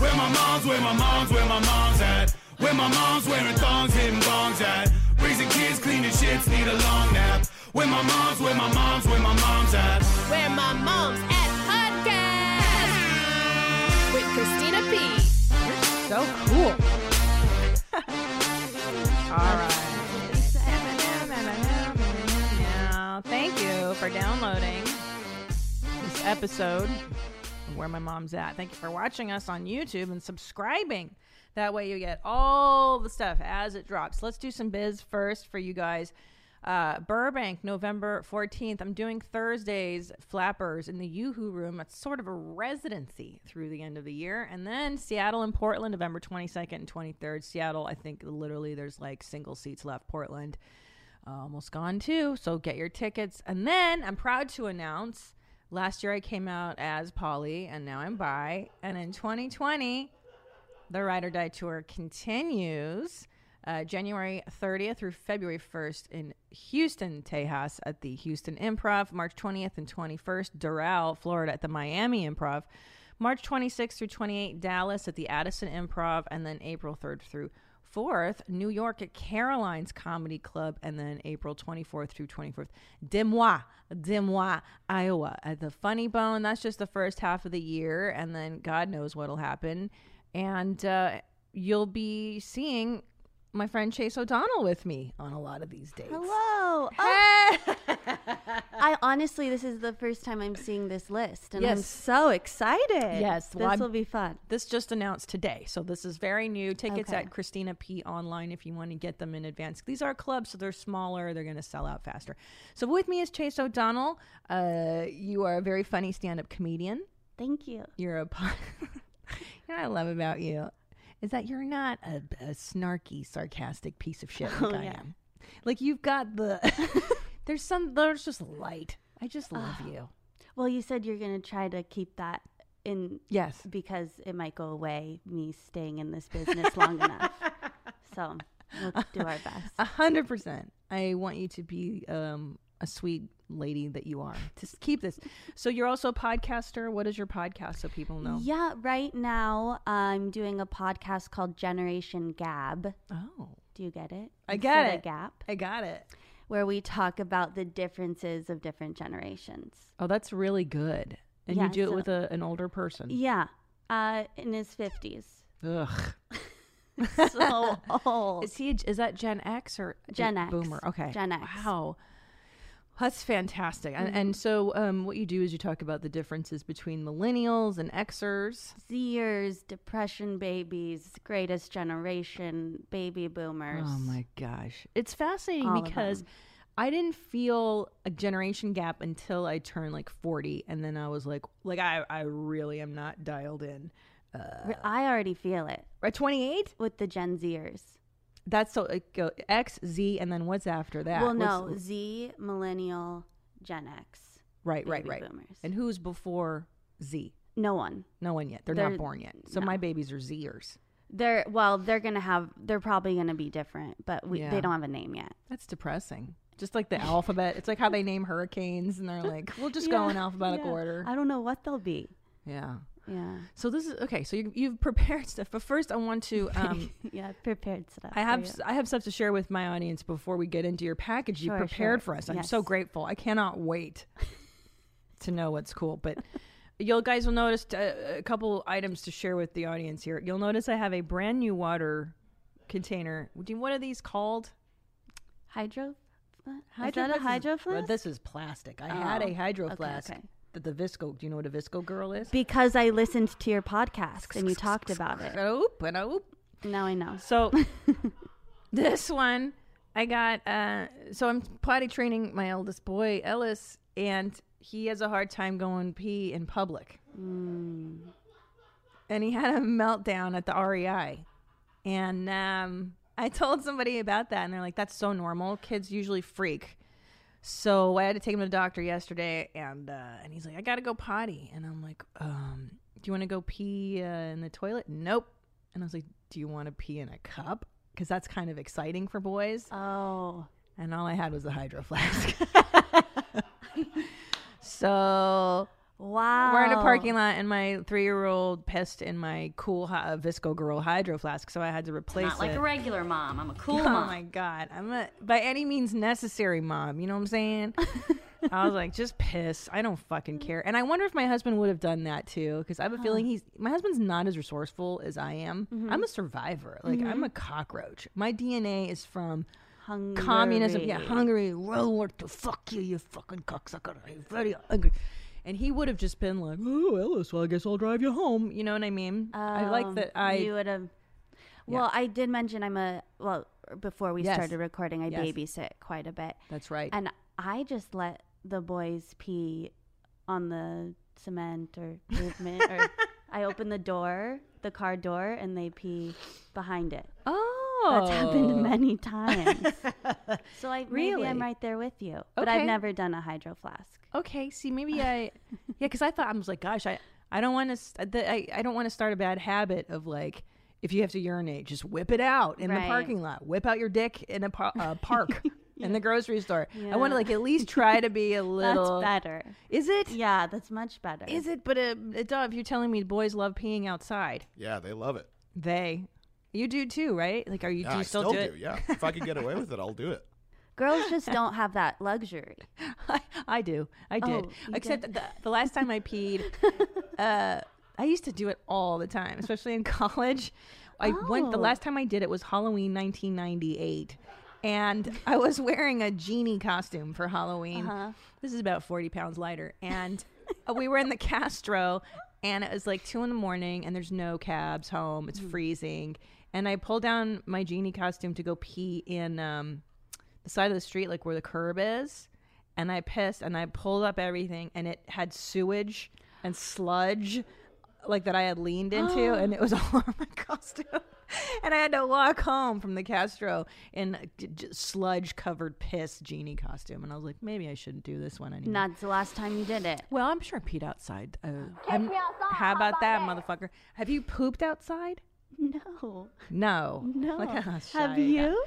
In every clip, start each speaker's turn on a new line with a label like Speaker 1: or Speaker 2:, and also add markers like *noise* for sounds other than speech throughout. Speaker 1: mom's, where my mom's, where my mom's at. Where my mom's wearing thongs, hitting bongs at. Raising kids, cleaning shits, need a long nap. Where my mom's, where my mom's, where my mom's at.
Speaker 2: Where my mom's at podcast with Christina P.
Speaker 3: So *laughs* cool. All right. Thank you for downloading this episode of Where My Mom's At. Thank you for watching us on YouTube and subscribing. That way you get all the stuff as it drops. Let's do some biz first for you guys. Uh, Burbank, November 14th. I'm doing Thursdays flappers in the Yoo-Hoo Room. It's sort of a residency through the end of the year. And then Seattle and Portland, November 22nd and 23rd. Seattle, I think literally there's like single seats left. Portland, uh, almost gone too. So get your tickets. And then I'm proud to announce last year I came out as Polly and now I'm bi. And in 2020, the Ride or Die Tour continues uh, January 30th through February 1st in Houston, Tejas at the Houston Improv, March 20th and 21st, Doral, Florida at the Miami Improv, March 26th through 28th, Dallas at the Addison Improv, and then April 3rd through 4th, New York at Caroline's Comedy Club, and then April 24th through 24th, Des Moines, Des Moines, Iowa at the Funny Bone. That's just the first half of the year, and then God knows what'll happen. And uh, you'll be seeing my friend Chase O'Donnell with me on a lot of these dates.
Speaker 4: Hello. Oh,
Speaker 3: *laughs*
Speaker 4: I honestly, this is the first time I'm seeing this list, and I'm
Speaker 3: Yes.
Speaker 4: so excited.
Speaker 3: Yes, well,
Speaker 4: this
Speaker 3: I'm-
Speaker 4: will be fun.
Speaker 3: This just announced today, so this is very new. Tickets
Speaker 4: Okay.
Speaker 3: at Christina P online if you want to get them in advance. These are clubs, so they're smaller. They're going to sell out faster. So with me is Chase O'Donnell. Uh, you are a very funny stand-up comedian.
Speaker 4: Thank you.
Speaker 3: You're a. po- *laughs* you know what I love about you is that you're not a, a snarky, sarcastic piece of
Speaker 4: *laughs*
Speaker 3: shit like I
Speaker 4: Oh, yeah.
Speaker 3: am. Like you've got the. *laughs* there's some. There's just light. I just love
Speaker 4: Ah.
Speaker 3: you.
Speaker 4: Well, you said you're going to try to keep that in
Speaker 3: Yes.
Speaker 4: because it might go away, me staying in this
Speaker 3: *laughs*
Speaker 4: business long enough. So we'll do our best.
Speaker 3: A hundred percent. I want you to be um, a sweet lady that you are. Just keep this. So you're also a podcaster. What is your podcast so people know?
Speaker 4: Yeah, right now I'm doing a podcast called Generation Gab.
Speaker 3: Oh,
Speaker 4: Do you get it?
Speaker 3: I get
Speaker 4: Instead of
Speaker 3: it.
Speaker 4: Gap,
Speaker 3: I got it.
Speaker 4: where we talk about the differences of different generations.
Speaker 3: Oh, that's really good. And
Speaker 4: Yeah,
Speaker 3: you do
Speaker 4: so-
Speaker 3: it with a, an older person.
Speaker 4: Yeah, uh, in his fifties.
Speaker 3: *laughs* Ugh.
Speaker 4: So old.
Speaker 3: Is he? a- Is that Gen X or
Speaker 4: Gen X.
Speaker 3: Boomer? Okay.
Speaker 4: Gen X.
Speaker 3: Wow. That's fantastic. And, and so, um, what you do is you talk about the differences between millennials and Xers.
Speaker 4: Zers, depression babies, greatest generation, baby boomers.
Speaker 3: Oh my gosh. It's fascinating
Speaker 4: All of
Speaker 3: because I didn't feel a generation gap until I turned like 40 and then I was like like I I really am not dialed in.
Speaker 4: Re- I already feel it
Speaker 3: At 28?
Speaker 4: with the Gen Zers.
Speaker 3: That's so it go X Z and then what's after that?
Speaker 4: well,
Speaker 3: What's-
Speaker 4: no, Z, millennial, Gen X.
Speaker 3: right, right,
Speaker 4: baby
Speaker 3: right.
Speaker 4: boomers.
Speaker 3: And who's before Z?
Speaker 4: No one.
Speaker 3: No one yet. They're, not
Speaker 4: They're-
Speaker 3: born yet. So
Speaker 4: no.
Speaker 3: my babies are Zers.
Speaker 4: They're well. They're gonna have. They're probably gonna be different, but we,
Speaker 3: Yeah.
Speaker 4: they don't have a name yet.
Speaker 3: That's depressing. Just
Speaker 4: *laughs*
Speaker 3: like the alphabet. It's like how they name hurricanes and they're like, we'll just go
Speaker 4: Yeah,
Speaker 3: in alphabetical
Speaker 4: yeah.
Speaker 3: order.
Speaker 4: I don't know what they'll be.
Speaker 3: Yeah.
Speaker 4: Yeah,
Speaker 3: *laughs* So this is okay. So you, you've prepared *laughs* stuff, but first I want
Speaker 4: *laughs*
Speaker 3: to. Um,
Speaker 4: yeah. I've Prepared stuff.
Speaker 3: I
Speaker 4: for
Speaker 3: have
Speaker 4: you.
Speaker 3: s- I have stuff to share with my audience before we get into your package. you
Speaker 4: Sure,
Speaker 3: prepared
Speaker 4: sure.
Speaker 3: for us. I'm so
Speaker 4: Yes.
Speaker 3: grateful. I cannot wait *laughs* to know what's cool. But you'll guys will notice uh, a couple items to share with the audience here. You'll notice I have a brand new water container. Do you- What are these called?
Speaker 4: hydro. is that a
Speaker 3: Hydro
Speaker 4: hydro
Speaker 3: flask? Well, this is plastic. I had
Speaker 4: Oh,
Speaker 3: a hydro
Speaker 4: okay,
Speaker 3: flask
Speaker 4: okay.
Speaker 3: that the Visco. Do you know what a Visco girl is?
Speaker 4: Because I listened to your
Speaker 3: *laughs*
Speaker 4: podcast and you talked about it.
Speaker 3: Oop, and oop.
Speaker 4: Now I know.
Speaker 3: So this one I got uh so I'm potty training my eldest boy, Ellis, and he has a hard time going pee in public. And he had a meltdown at the REI. And um I told somebody about that and they're like, That's so normal. Kids usually freak. So I had to take him to the doctor yesterday, and uh, and he's like, I gotta go potty, and I'm like, um, do you want to go pee uh, in the toilet? Nope. And I was like, do you want to pee in a cup? Because that's kind of exciting for boys.
Speaker 4: Oh,
Speaker 3: And all I had was a hydro flask. *laughs* so
Speaker 4: Wow.
Speaker 3: We're in a parking lot, and my three-year-old pissed in my cool hi- uh, Visco Girl hydro flask, so I had to replace
Speaker 4: Not like
Speaker 3: it.
Speaker 4: a regular mom. I'm a cool
Speaker 3: oh
Speaker 4: mom.
Speaker 3: my god, I'm a by any means necessary mom. You know what I'm
Speaker 4: *laughs*
Speaker 3: saying? I was like, just piss. I don't fucking care. And I wonder if my husband would have done that too, because I have a feeling he's my husband's not as resourceful as I am.
Speaker 4: Mm-hmm.
Speaker 3: I'm a survivor. Like I'm a cockroach. My DNA is from
Speaker 4: Hungry.
Speaker 3: communism. Yeah, Hungary, World War II. Fuck you, you fucking cocksucker. I'm very angry. And he would have just been like, "Oh, Ellis, well, I guess I'll drive you home." You know what I mean? I like
Speaker 4: Um,
Speaker 3: that. I
Speaker 4: You would have. Well, I did mention I'm a. Well, before we
Speaker 3: Yes.
Speaker 4: started recording, I
Speaker 3: Yes.
Speaker 4: babysit quite a bit.
Speaker 3: that's right.
Speaker 4: And I just let the boys pee on the cement or pavement.
Speaker 3: *laughs*
Speaker 4: or I open the door, the car door, and they pee behind it.
Speaker 3: oh,
Speaker 4: That's happened many times. *laughs* so I maybe
Speaker 3: Really?
Speaker 4: I'm right there with you, but I've
Speaker 3: Okay.
Speaker 4: never done a hydro flask.
Speaker 3: Okay, see,
Speaker 4: *laughs*
Speaker 3: maybe I, yeah, because I thought I was like, gosh, I, I don't want to, I, I don't want to start a bad habit of like, if you have to urinate, just whip it out in the
Speaker 4: Right.
Speaker 3: parking lot, whip out your dick in a par-
Speaker 4: *laughs*
Speaker 3: uh, park, in the grocery store. I want to
Speaker 4: Yeah.
Speaker 3: like at least try to be a little.
Speaker 4: *laughs* That's better.
Speaker 3: Is it? Is
Speaker 4: Yeah, that's much better.
Speaker 3: it? But uh, uh, Dove, you're telling me boys love peeing outside.
Speaker 1: Yeah, they love it.
Speaker 3: They, you do too, right? Like, are you?
Speaker 1: Yeah,
Speaker 3: do you
Speaker 1: I
Speaker 3: still,
Speaker 1: still
Speaker 3: do,
Speaker 1: do.
Speaker 3: it? *laughs*
Speaker 1: Yeah, if I can get away with it, I'll do it.
Speaker 4: Girls just don't have that luxury.
Speaker 3: I, *laughs* I do. I did.
Speaker 4: Oh, you
Speaker 3: Except
Speaker 4: did?
Speaker 3: The, the last time I peed,
Speaker 4: *laughs*
Speaker 3: uh, I used to do it all the time, especially in *laughs* college. I went. The
Speaker 4: Oh.
Speaker 3: last time I did it was Halloween 1998, and I was wearing a genie costume for Halloween.
Speaker 4: Uh-huh.
Speaker 3: This is about 40 pounds lighter, and uh, we were in the Castro, and it was like two in the morning, and there's no cabs home.
Speaker 4: Hmm.
Speaker 3: It's freezing, and I pulled down my genie costume to go pee in. Um, the side of the street, like where the curb is, and I pissed and I pulled up everything and it had sewage and sludge like that I had leaned into and it was *laughs* all on my costume. *laughs* And I had to walk home from the Castro in sludge covered piss genie costume. And I was like, maybe I shouldn't do this one anymore.
Speaker 4: And That's the last time you did it.
Speaker 3: well, I'm sure I peed outside. Uh, I'm- how about that, motherfucker? Have you pooped outside?
Speaker 4: *laughs* No.
Speaker 3: No.
Speaker 4: No.
Speaker 3: *laughs* Look how
Speaker 4: have
Speaker 3: shy I got.
Speaker 4: you?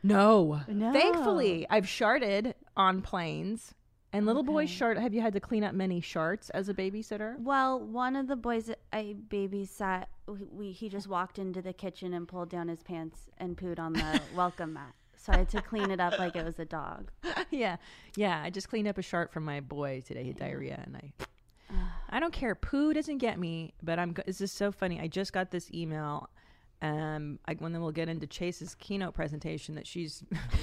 Speaker 3: No.
Speaker 4: No.
Speaker 3: Thankfully, I've sharted on planes. And little boys shart. Have you had to clean up many sharts as a babysitter?
Speaker 4: Well, one of the boys that I babysat, we, we, he just walked into the kitchen and pulled down his pants and pooed on *laughs* the welcome mat. So I had to clean it up like it was a dog.
Speaker 3: *laughs* yeah, yeah. I just cleaned up a shart from my boy today. He had diarrhea, and I, I don't care. Poo doesn't get me, but I'm. go- This is so funny. I just got this email. Um, I, when then we'll get into Chase's keynote presentation that she's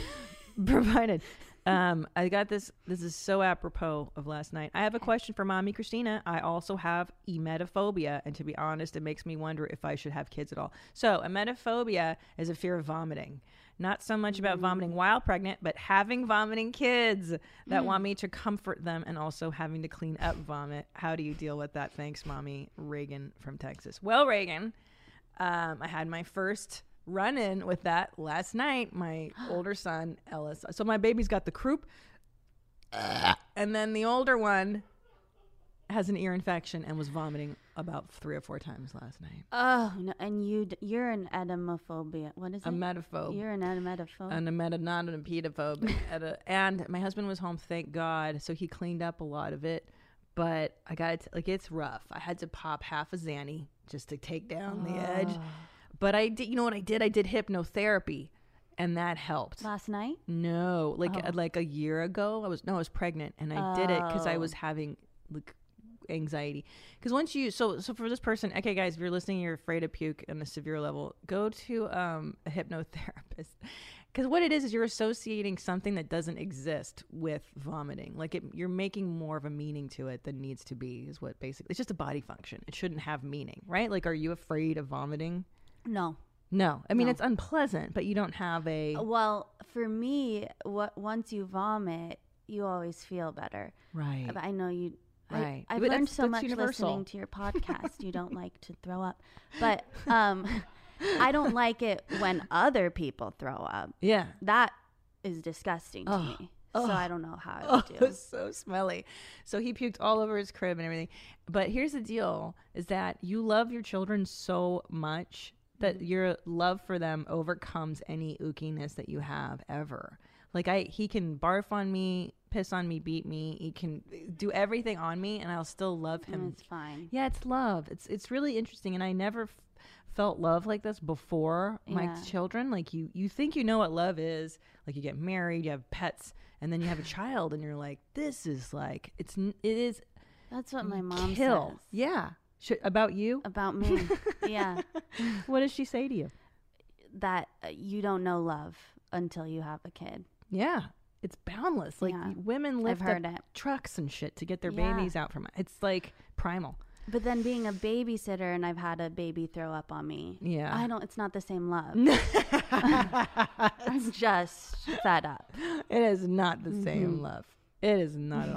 Speaker 3: *laughs* provided. Um, I got this. This is so apropos of last night. I have a question for mommy Christina. I also have emetophobia, and to be honest, it makes me wonder if I should have kids at all. So, emetophobia is a fear of vomiting. Not so much about vomiting while pregnant, but having vomiting kids that want me to comfort them and also having to clean up vomit. How do you deal with that? Thanks, mommy. Reagan from Texas. Well, Reagan, um, I had my first run in with that last night. My older son, Ellis. So my baby's got the croup. And then the older one has an ear infection and was vomiting about three or four times last night.
Speaker 4: Oh, no. And you, d- you're an edemophobia. What is
Speaker 3: A
Speaker 4: it?
Speaker 3: metaphobe.
Speaker 4: You're an edematophobe.
Speaker 3: and a meta not an pedophobe at a, and my husband was home thank god so he cleaned up a lot of it but i got it like it's rough i had to pop half a zanny just to take down the edge but i did you know what i did i did hypnotherapy and that helped
Speaker 4: last night?
Speaker 3: no like like a year ago i was no i was pregnant and i did it because i was having like anxiety because once you so so for this person okay guys if you're listening you're afraid of puke on a severe level go to um a hypnotherapist *laughs* because what it is is you're associating something that doesn't exist with vomiting like it, you're making more of a meaning to it than needs to be is what basically it's just a body function it shouldn't have meaning right like are you afraid of vomiting
Speaker 4: No.
Speaker 3: no Oh, i mean it's unpleasant but you don't have a
Speaker 4: Well, for me, what once you vomit, you always feel better.
Speaker 3: right
Speaker 4: But I know you.
Speaker 3: Right.
Speaker 4: I, have
Speaker 3: But
Speaker 4: learned
Speaker 3: that's-
Speaker 4: so
Speaker 3: that's
Speaker 4: much
Speaker 3: universal. *laughs*
Speaker 4: listening to your podcast. you don't like to throw up, but um, I don't like it when other people throw up.
Speaker 3: yeah
Speaker 4: That is disgusting to me. So I don't know how I would
Speaker 3: It
Speaker 4: do.
Speaker 3: was Oh, *laughs* so smelly. So he puked all over his crib and everything. But here's the deal is that you love your children so
Speaker 4: Mm-hmm.
Speaker 3: much that your love for them overcomes any ookiness that you have ever. Like I, he can barf on me, piss on me, beat me. He can do everything on me, and I'll still love
Speaker 4: and
Speaker 3: him.
Speaker 4: it's fine.
Speaker 3: Yeah, it's love. It's it's really interesting, and I never f- felt love like this before my
Speaker 4: Yeah.
Speaker 3: children. Like you, you think you know what love is. Like you get married, you have pets, and then you have a child, and you're like, this is like it's n- it is
Speaker 4: That's what my mom
Speaker 3: kill.
Speaker 4: says
Speaker 3: Yeah, Sh- about you. *laughs*
Speaker 4: about me. yeah, Um,
Speaker 3: what does she say to you?
Speaker 4: that uh, you don't know love until you have a kid.
Speaker 3: Yeah. It's boundless. Like
Speaker 4: Yeah.
Speaker 3: women lift up
Speaker 4: heard it.
Speaker 3: trucks and shit to get their
Speaker 4: Yeah.
Speaker 3: babies out from it's like primal.
Speaker 4: But then being a babysitter and I've had a baby throw up on me.
Speaker 3: Yeah.
Speaker 4: I don't. It's not the
Speaker 3: *laughs*
Speaker 4: same love. *laughs* I'm just fed up.
Speaker 3: It is not the same love. It is not at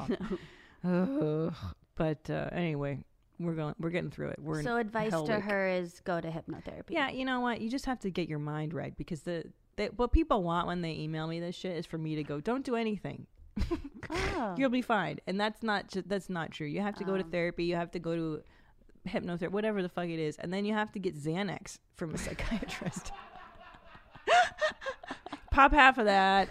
Speaker 3: all. Ugh. But uh, anyway, we're going. We're getting through it. We're in
Speaker 4: So advice
Speaker 3: hell
Speaker 4: to
Speaker 3: week.
Speaker 4: her is go to hypnotherapy. *laughs*
Speaker 3: Yeah, you know what? You just have to get your mind right because the, the what people want when they email me this shit is for me to go, don't do anything.
Speaker 4: Oh.
Speaker 3: You'll be fine, and that's not ju- that's not true. You have to go to therapy. You have to go to hypnotherapy, whatever the fuck it is, and then you have to get Xanax from a psychiatrist. *laughs* Pop half of that.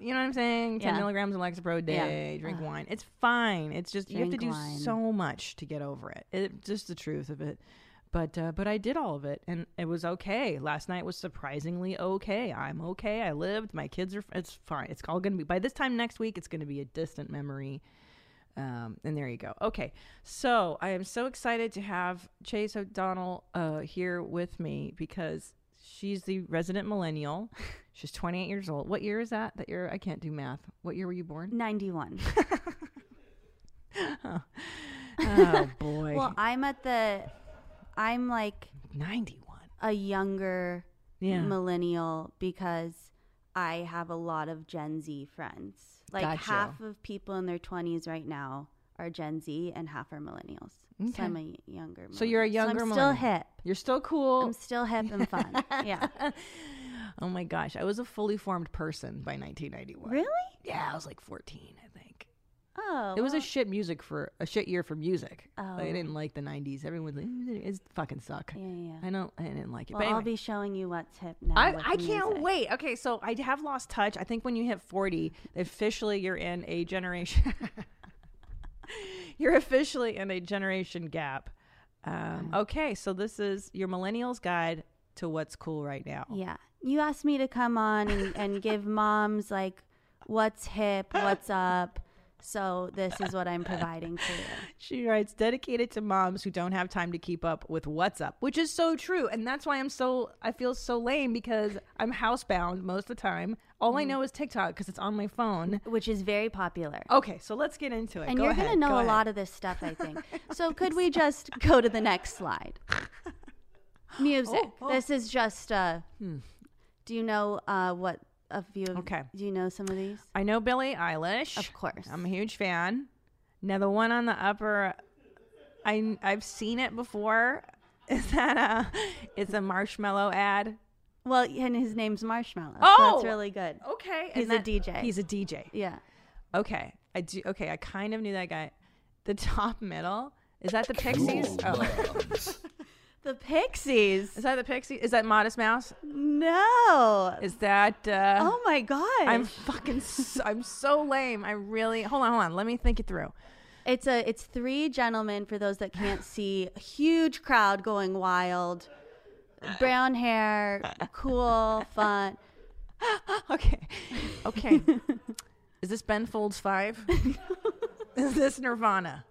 Speaker 3: You know what I'm saying? Ten
Speaker 4: Yeah.
Speaker 3: milligrams of Lexapro a day. Drink wine. It's fine. It's just you have to
Speaker 4: Drink
Speaker 3: do
Speaker 4: wine.
Speaker 3: so much to get over it. it just the truth of it. But uh, but I did all of it, and it was okay. Last night was surprisingly okay. I'm okay. I lived. My kids are. It's fine. It's all gonna be by this time next week. It's gonna be a distant memory. Um, and there you go. Okay, so I am so excited to have Chase O'Donnell uh, here with me because she's the resident millennial. *laughs* She's 28 years old. What year is that? That year I can't do math. What year were you born? *laughs*
Speaker 4: 91.
Speaker 3: *laughs* Oh boy,
Speaker 4: Well, I'm at the, I'm like
Speaker 3: 91.
Speaker 4: a younger
Speaker 3: Yeah.
Speaker 4: millennial because I have a lot of Gen Z friends. Like
Speaker 3: Gotcha.
Speaker 4: half of people in their 20s right now are Gen Z and half are millennials. So I'm a younger.
Speaker 3: So you're a
Speaker 4: millennial.
Speaker 3: younger
Speaker 4: I'm still
Speaker 3: millennial.
Speaker 4: hip.
Speaker 3: You're still cool.
Speaker 4: I'm still hip and fun. yeah.
Speaker 3: oh my gosh, I was a fully formed person by 1991.
Speaker 4: Really?
Speaker 3: Yeah, I was like 14, I think.
Speaker 4: *laughs* Oh.
Speaker 3: It was a
Speaker 4: well,
Speaker 3: shit music for a shit year for music.
Speaker 4: Oh.
Speaker 3: I didn't like the 90s. Everyone's like, "Mm, it's fucking suck.
Speaker 4: Yeah, yeah, yeah.
Speaker 3: I don't. I didn't like it.
Speaker 4: well,
Speaker 3: but anyway.
Speaker 4: I'll be showing you what's hip now.
Speaker 3: I,
Speaker 4: with
Speaker 3: I can't
Speaker 4: music.
Speaker 3: wait. Okay, so I have lost touch. I think when you hit 40, officially you're in a generation. *laughs* you're officially in a generation gap. Um, okay, so this is your millennials guide to what's cool right now.
Speaker 4: Yeah. You asked me to come on and,
Speaker 3: *laughs*
Speaker 4: and give moms like what's hip, what's up. So this is what I'm providing for you.
Speaker 3: She writes, dedicated to moms who don't have time to keep up with what's up, which is so true. And that's why I'm so, I feel so lame because I'm housebound most of the time. All
Speaker 4: Mm.
Speaker 3: I know is TikTok because it's on my phone.
Speaker 4: Which is very popular.
Speaker 3: Okay, so let's get into it.
Speaker 4: and
Speaker 3: Oh, Go
Speaker 4: you're
Speaker 3: ahead,
Speaker 4: gonna know
Speaker 3: go
Speaker 4: a
Speaker 3: ahead.
Speaker 4: lot of this stuff,
Speaker 3: *laughs*
Speaker 4: I think. so could we just go to the next slide? Music.
Speaker 3: oh. Hmm.
Speaker 4: This is just uh do you know uh what a few of
Speaker 3: Okay.
Speaker 4: do you know some of these?
Speaker 3: I know Billie Eilish.
Speaker 4: Of course.
Speaker 3: I'm a huge fan. Now the one on the upper, I I've seen it before. *laughs* Is that a? It's a marshmallow ad.
Speaker 4: Well, and his name's Marshmallow. so
Speaker 3: Oh!
Speaker 4: it's really good.
Speaker 3: Okay,
Speaker 4: He's a DJ.
Speaker 3: He's a DJ.
Speaker 4: Yeah.
Speaker 3: Okay, I do. Okay, I kind of knew that guy. The top middle is that the Pixies? Oh.
Speaker 4: The Pixies.
Speaker 3: Is that the Pixies? Is that Modest Mouse?
Speaker 4: No.
Speaker 3: Is that? Uh,
Speaker 4: Oh my god.
Speaker 3: I'm fucking. So, I'm so lame. I really. Hold on, hold on. Let me think it through.
Speaker 4: It's a it's three gentlemen for those
Speaker 3: *sighs*
Speaker 4: that can't see. A Huge crowd going wild. Brown hair,
Speaker 3: *laughs*
Speaker 4: cool, fun.
Speaker 3: Okay.
Speaker 4: *laughs*
Speaker 3: Okay. Is this Ben Folds 5? *laughs* Is this Nirvana?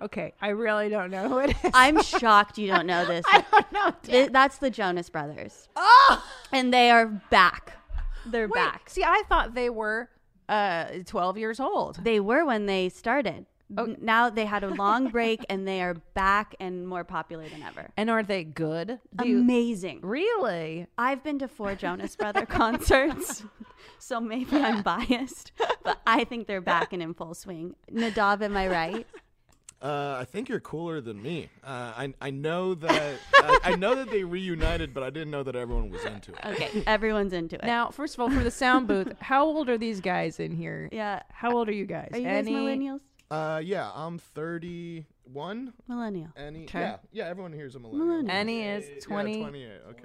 Speaker 3: Okay. I really don't know who it is.
Speaker 4: I'm shocked you don't know this.
Speaker 3: *laughs* I don't know.
Speaker 4: Th- that's the Jonas Brothers,
Speaker 3: Oh!
Speaker 4: and they are back. They're
Speaker 3: Wait,
Speaker 4: back.
Speaker 3: See, I thought they were uh, 12 years old.
Speaker 4: They were when they started.
Speaker 3: Oh.
Speaker 4: N- Now they had a long break, and they are back and more popular than ever.
Speaker 3: And are they good? Do you-
Speaker 4: Amazing.
Speaker 3: really?
Speaker 4: I've been to four Jonas Brother *laughs* concerts, so maybe I'm biased, but I think they're back and in full swing. Nadav, am
Speaker 5: *laughs*
Speaker 4: I right?
Speaker 5: Uh, I think you're cooler than me. Uh, I I know
Speaker 3: *laughs*
Speaker 5: that I, I know that they reunited, but I didn't know that everyone was into it.
Speaker 4: Okay, everyone's into
Speaker 3: *laughs*
Speaker 4: it.
Speaker 3: Now, first of all, for the sound
Speaker 4: *laughs*
Speaker 3: booth, how old are these guys in here?
Speaker 4: yeah,
Speaker 3: How old are you guys?
Speaker 4: are you
Speaker 3: Any-
Speaker 4: guys millennials?
Speaker 5: Uh, yeah, I'm 31.
Speaker 4: Millennial.
Speaker 5: Any?
Speaker 3: Okay.
Speaker 5: Yeah, yeah. Everyone here is a millennial.
Speaker 4: Millennial.
Speaker 3: Annie is 20.
Speaker 5: Yeah, 28. Okay.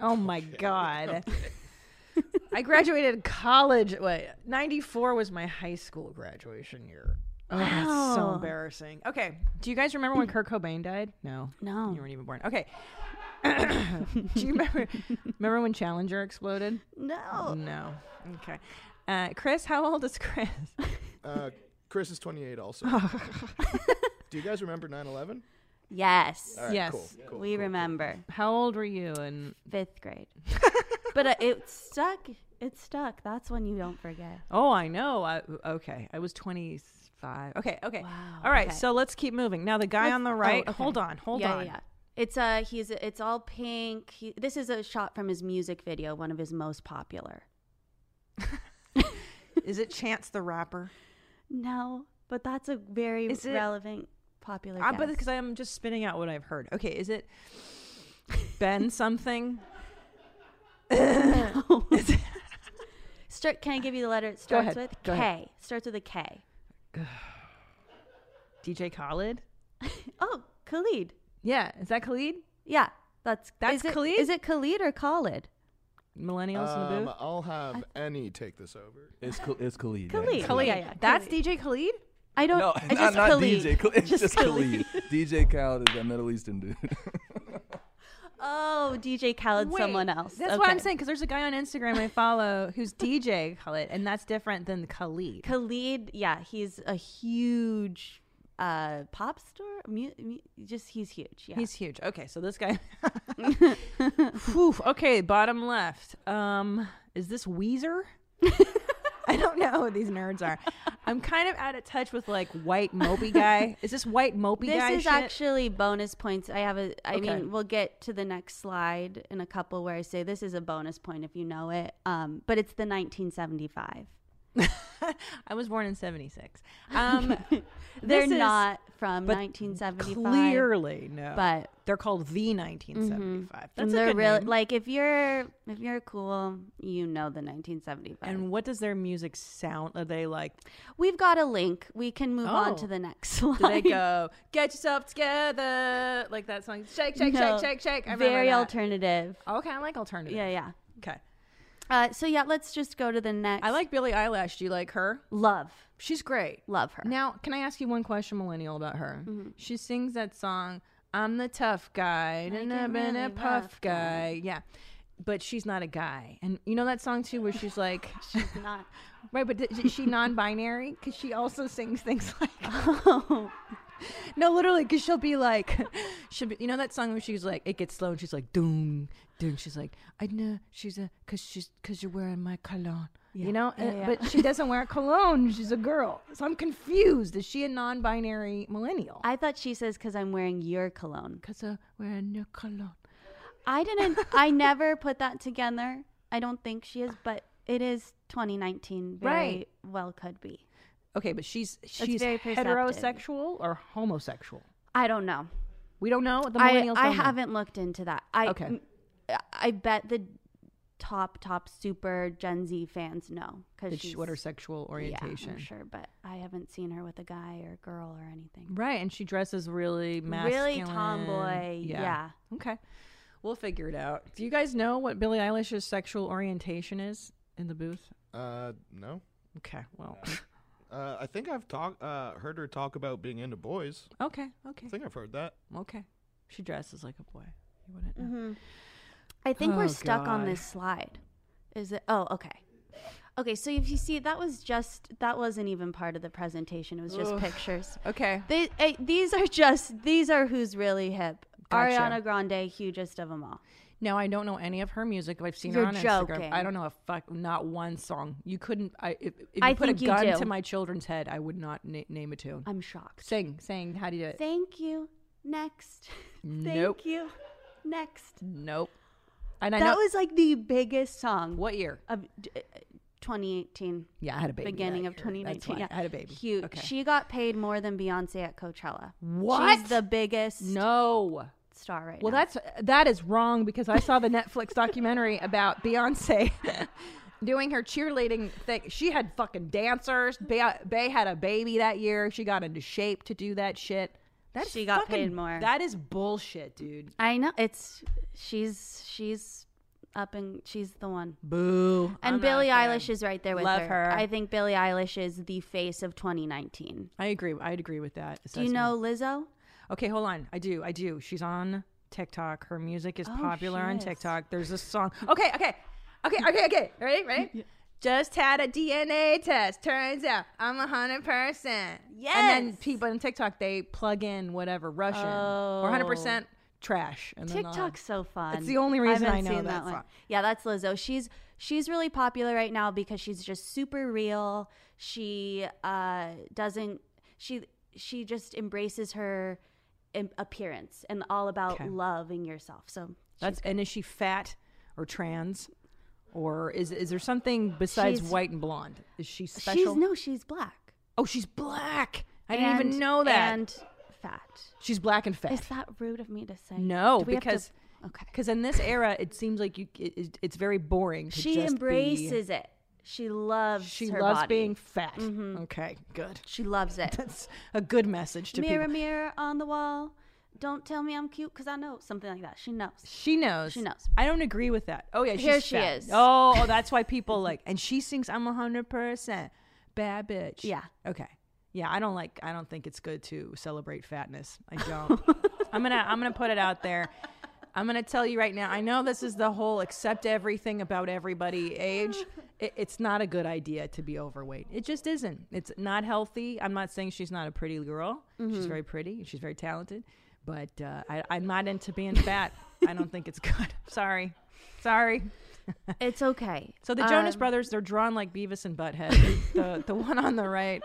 Speaker 3: Oh my god. *laughs* I graduated college. Wait, 94 was my high school graduation year. Oh, that's so
Speaker 4: Wow.
Speaker 3: embarrassing. Okay. Do you guys remember when Kurt Cobain died? No.
Speaker 4: No.
Speaker 3: You weren't even born. Okay. *coughs* Do you remember remember when Challenger exploded?
Speaker 5: Mm.
Speaker 4: No.
Speaker 3: No. Okay. Uh, Chris, how old is Chris? *laughs*
Speaker 5: Uh, Chris is 28 also. Do you guys remember 9/11?
Speaker 4: Yes.
Speaker 5: All right,
Speaker 3: Yes.
Speaker 5: cool, cool,
Speaker 4: we
Speaker 5: cool, cool.
Speaker 4: remember
Speaker 3: How old were you? And
Speaker 4: fifth
Speaker 5: *laughs*
Speaker 4: grade, but uh, it stuck. It stuck. That's when you don't forget.
Speaker 3: oh, I know. I, okay, I was twenty five. Okay, okay.
Speaker 4: Wow,
Speaker 3: All right,
Speaker 4: okay.
Speaker 3: so let's keep moving. Now the guy
Speaker 4: Let's-
Speaker 3: on the
Speaker 4: oh,
Speaker 3: right.
Speaker 4: okay.
Speaker 3: Hold on, hold
Speaker 4: yeah,
Speaker 3: on.
Speaker 4: Yeah, yeah. It's uh he's it's all pink. He, this is a shot from his music video, one of his most popular.
Speaker 3: *laughs* Is it Chance the Rapper?
Speaker 4: No, but that's a very
Speaker 3: Is it-
Speaker 4: relevant popular
Speaker 3: I, but
Speaker 4: guess.
Speaker 3: because I'm just spitting out what I've heard. Okay, is it
Speaker 4: *laughs*
Speaker 3: Ben something?
Speaker 4: *laughs* Start can I give you the letter it starts
Speaker 3: ahead,
Speaker 4: with?
Speaker 3: go
Speaker 4: K.
Speaker 3: ahead.
Speaker 4: Starts with a K.
Speaker 3: DJ Khalid?
Speaker 4: Oh, Khalid.
Speaker 3: Yeah, is that Khalid?
Speaker 4: Yeah. That's
Speaker 3: That's
Speaker 4: is it,
Speaker 3: Khalid?
Speaker 4: Is it Khalid or Khalid?
Speaker 3: Millennials in the
Speaker 5: Um,
Speaker 3: booth.
Speaker 5: I'll have any take this over.
Speaker 6: It's Khal- it's Khalid. yeah.
Speaker 4: Khalid.
Speaker 3: Khalid.
Speaker 4: yeah, yeah,
Speaker 3: That's
Speaker 4: Khalid.
Speaker 3: DJ Khalid.
Speaker 4: I don't
Speaker 6: No,
Speaker 4: I
Speaker 6: not,
Speaker 4: just
Speaker 6: not
Speaker 4: Khalid.
Speaker 6: DJ. Khal- It's just, Khalid. *laughs* DJ Khaled is that Middle Eastern dude. *laughs*
Speaker 4: Oh, DJ Khalid
Speaker 3: Wait,
Speaker 4: someone else.
Speaker 3: That's what I'm
Speaker 4: Okay.
Speaker 3: saying because there's a guy on Instagram I follow who's DJ Khalid, and that's different than Khalid.
Speaker 4: Khalid, yeah, he's a huge uh pop star. Mu- mu- just he's huge. Yeah.
Speaker 3: He's huge. Okay, so this
Speaker 4: *laughs*
Speaker 3: guy. Whew, okay, bottom left. Um, is this
Speaker 4: *laughs*
Speaker 3: Weezer? I don't know who these nerds are. I'm kind of out of touch with like white mopey guy. Is this white mopey
Speaker 4: this
Speaker 3: guy?
Speaker 4: is
Speaker 3: shit?
Speaker 4: actually bonus points. I have a. I
Speaker 3: Okay.
Speaker 4: mean, we'll get to the next slide in a couple where I say this is a bonus point if you know it. Um, but it's the 1975.
Speaker 3: *laughs* I was born in '76.
Speaker 4: *laughs*
Speaker 3: Um,
Speaker 4: They're
Speaker 3: This is-
Speaker 4: not from
Speaker 3: but
Speaker 4: 1975.
Speaker 3: clearly no.
Speaker 4: but Mm-hmm.
Speaker 3: they're called the 1975. That's
Speaker 4: and
Speaker 3: a
Speaker 4: they're
Speaker 3: good
Speaker 4: really
Speaker 3: name.
Speaker 4: like if you're if you're cool, you know the 1975.
Speaker 3: and what does their music sound? Are they like?
Speaker 4: We've got a link. We can move on to
Speaker 3: Oh.
Speaker 4: the next slide.
Speaker 3: Do they go get yourself together like that song? Shake, shake,
Speaker 4: No.
Speaker 3: shake, shake, shake. I remember
Speaker 4: *laughs* Very
Speaker 3: that.
Speaker 4: alternative.
Speaker 3: Oh, Okay, I like alternative.
Speaker 4: Yeah, yeah.
Speaker 3: Okay.
Speaker 4: Uh, so yeah, let's just go to the next.
Speaker 3: I like Billie Eilish. Do you like her?
Speaker 4: love,
Speaker 3: She's great.
Speaker 4: love her.
Speaker 3: Now, can I ask you one question, Millennial, about her? She sings that song, I'm the tough guy, and I've been a
Speaker 4: really
Speaker 3: puff
Speaker 4: rough
Speaker 3: guy.
Speaker 4: guy."
Speaker 3: Yeah. But she's not a guy. And you know that song, too, where *laughs* she's like,
Speaker 4: *laughs* She's not.
Speaker 3: right, but is she non binary? Because she also sings things *laughs* like, no, literally, because she'll be like, *laughs* she'll be, you know that song where she's like, it gets slow, and she's like, doom, doom. She's like, I know, she's a, because she's, because you're wearing my cologne. You know,
Speaker 4: Yeah,
Speaker 3: Uh,
Speaker 4: yeah.
Speaker 3: but she doesn't wear cologne. She's a girl. So I'm confused. Is she a non binary millennial?
Speaker 4: I thought she says because I'm wearing your cologne.
Speaker 3: Because I'm wearing your cologne.
Speaker 4: I didn't. I never put that together. I don't think she is, but it is 2019. Very
Speaker 3: Right.
Speaker 4: Well, could be.
Speaker 3: Okay, but she's she's
Speaker 4: very perceptive.
Speaker 3: heterosexual or homosexual.
Speaker 4: I don't know.
Speaker 3: We don't know. The
Speaker 4: I
Speaker 3: millennials
Speaker 4: I
Speaker 3: don't know.
Speaker 4: haven't looked into that. I
Speaker 3: Okay.
Speaker 4: m- I bet the top top super Gen Z fans know because
Speaker 3: Did she-
Speaker 4: she's
Speaker 3: what her sexual orientation.
Speaker 4: Yeah, I'm sure, but I haven't seen her with a guy or girl or anything.
Speaker 3: Right, and she dresses really masculine.
Speaker 4: Really tomboy, yeah.
Speaker 3: Okay. We'll figure it out. Do you guys know what Billie Eilish's sexual orientation is in the booth?
Speaker 5: Uh, no.
Speaker 3: Okay. Well,
Speaker 5: Uh, I think I've talked, uh, heard her talk about being into boys.
Speaker 3: okay. Okay.
Speaker 5: I think I've heard that.
Speaker 3: Okay. She dresses like a boy. You wouldn't
Speaker 4: Mm-hmm.
Speaker 3: know.
Speaker 4: I think
Speaker 3: Oh,
Speaker 4: we're stuck on
Speaker 3: God.
Speaker 4: this slide. Is it? Oh, okay. Okay, so if you see, that was just that wasn't even part of the presentation. It was just pictures.
Speaker 3: Okay.
Speaker 4: They, eh, these are just these are who's really hip.
Speaker 3: Gotcha.
Speaker 4: Ariana Grande, hugest of them all.
Speaker 3: No, I don't know any of her music. I've seen
Speaker 4: You're
Speaker 3: her on Instagram.
Speaker 4: joking.
Speaker 3: I don't know a fuck, not one song. You couldn't. I if, if you
Speaker 4: I
Speaker 3: put a
Speaker 4: think you
Speaker 3: gun
Speaker 4: do.
Speaker 3: to my children's head, I would not na- name a tune.
Speaker 4: I'm shocked.
Speaker 3: Sing, sing. How do you do it?
Speaker 4: Thank you. Next. *laughs* Thank
Speaker 3: Nope.
Speaker 4: you. Next.
Speaker 3: Nope. And I
Speaker 4: that
Speaker 3: know
Speaker 4: was like the biggest song
Speaker 3: what year?
Speaker 4: of d- eh, 2018.
Speaker 3: Yeah, I had a baby.
Speaker 4: beginning
Speaker 3: that
Speaker 4: of
Speaker 3: year. That's why.
Speaker 4: 2019.
Speaker 3: I had a baby.
Speaker 4: Huge.
Speaker 3: Okay.
Speaker 4: She got paid more than Beyonce at Coachella.
Speaker 3: What?
Speaker 4: She's the biggest
Speaker 3: no.
Speaker 4: star right
Speaker 3: Well,
Speaker 4: now.
Speaker 3: that's that is wrong because I saw the Netflix documentary about Beyonce *laughs* doing her cheerleading thing. She had fucking dancers. Bey, Bey had a baby that year. She got into shape to do that shit. That's
Speaker 4: She got
Speaker 3: fucking-
Speaker 4: paid more.
Speaker 3: That is bullshit, dude.
Speaker 4: I know it's she's she's up and she's the one.
Speaker 3: Boo.
Speaker 4: And
Speaker 3: I'm not a
Speaker 4: Billie
Speaker 3: fan.
Speaker 4: Eilish is right there with
Speaker 3: Love her.
Speaker 4: I think Billie Eilish is the face of 2019.
Speaker 3: I agree. I'd agree with that.
Speaker 4: Do you
Speaker 3: assessment.
Speaker 4: know Lizzo?
Speaker 3: Okay, hold on. I do. I do. She's on TikTok. Her music is
Speaker 4: Oh,
Speaker 3: popular
Speaker 4: she
Speaker 3: on
Speaker 4: is.
Speaker 3: TikTok. There's a song. Okay, okay. Okay, okay, okay. Ready?
Speaker 4: *laughs*
Speaker 3: Ready? Just had a DNA test. Turns out I'm a hundred percent. And then
Speaker 4: Yes.
Speaker 3: people on TikTok they plug in whatever Russian or hundred percent trash. And then they'll-
Speaker 4: Oh. TikTok's so fun.
Speaker 3: It's the only reason
Speaker 4: haven't
Speaker 3: I know
Speaker 4: seen
Speaker 3: that
Speaker 4: one.
Speaker 3: song.
Speaker 4: Yeah, that's Lizzo. She's she's really popular right now because she's just super real. She uh, doesn't she she just embraces her im- appearance and all about
Speaker 3: Okay.
Speaker 4: loving yourself. So
Speaker 3: That's and is she fat or trans? Or is is there something besides
Speaker 4: She's-
Speaker 3: white and blonde? Is she special?
Speaker 4: she's no, she's black.
Speaker 3: oh, she's black. I didn't even
Speaker 4: And-
Speaker 3: know that.
Speaker 4: And fat.
Speaker 3: she's black and fat.
Speaker 4: Is that rude of me to say?
Speaker 3: No,
Speaker 4: Do we have to-
Speaker 3: because
Speaker 4: okay.
Speaker 3: because in this era, it seems like you it, it- it's very boring. To
Speaker 4: she
Speaker 3: just be-
Speaker 4: embraces it. She loves.
Speaker 3: she
Speaker 4: her
Speaker 3: loves
Speaker 4: body. Mm-hmm.
Speaker 3: being fat. Okay, good. *laughs*
Speaker 4: She loves it.
Speaker 3: That's a good message to
Speaker 4: mirror,
Speaker 3: people.
Speaker 4: mirror on the wall. Don't tell me I'm cute because I know something like that. She
Speaker 3: *laughs*
Speaker 4: knows.
Speaker 3: She knows.
Speaker 4: She knows.
Speaker 3: I don't agree with that. Oh yeah, she's
Speaker 4: Here she
Speaker 3: fat.
Speaker 4: is.
Speaker 3: Oh, oh, that's why people like. And she sings, "I'm a hundred percent bad bitch."
Speaker 4: Yeah.
Speaker 3: Okay. Yeah, I don't like. I don't think it's good to celebrate fatness. I don't. I'm gonna. I'm gonna put it out there. I'm gonna tell you right now. I know this is the whole accept everything about everybody age. It, it's not a good idea to be overweight. It just isn't. It's not healthy. I'm not saying she's not a pretty girl. She's very pretty. and She's very talented. But uh, I, I'm not into being fat. I don't think it's good. *laughs* Sorry. Sorry.
Speaker 4: It's okay.
Speaker 3: So the Jonas
Speaker 4: Um,
Speaker 3: Brothers, they're drawn like Beavis and Butthead.
Speaker 4: *laughs*
Speaker 3: the, the one on the right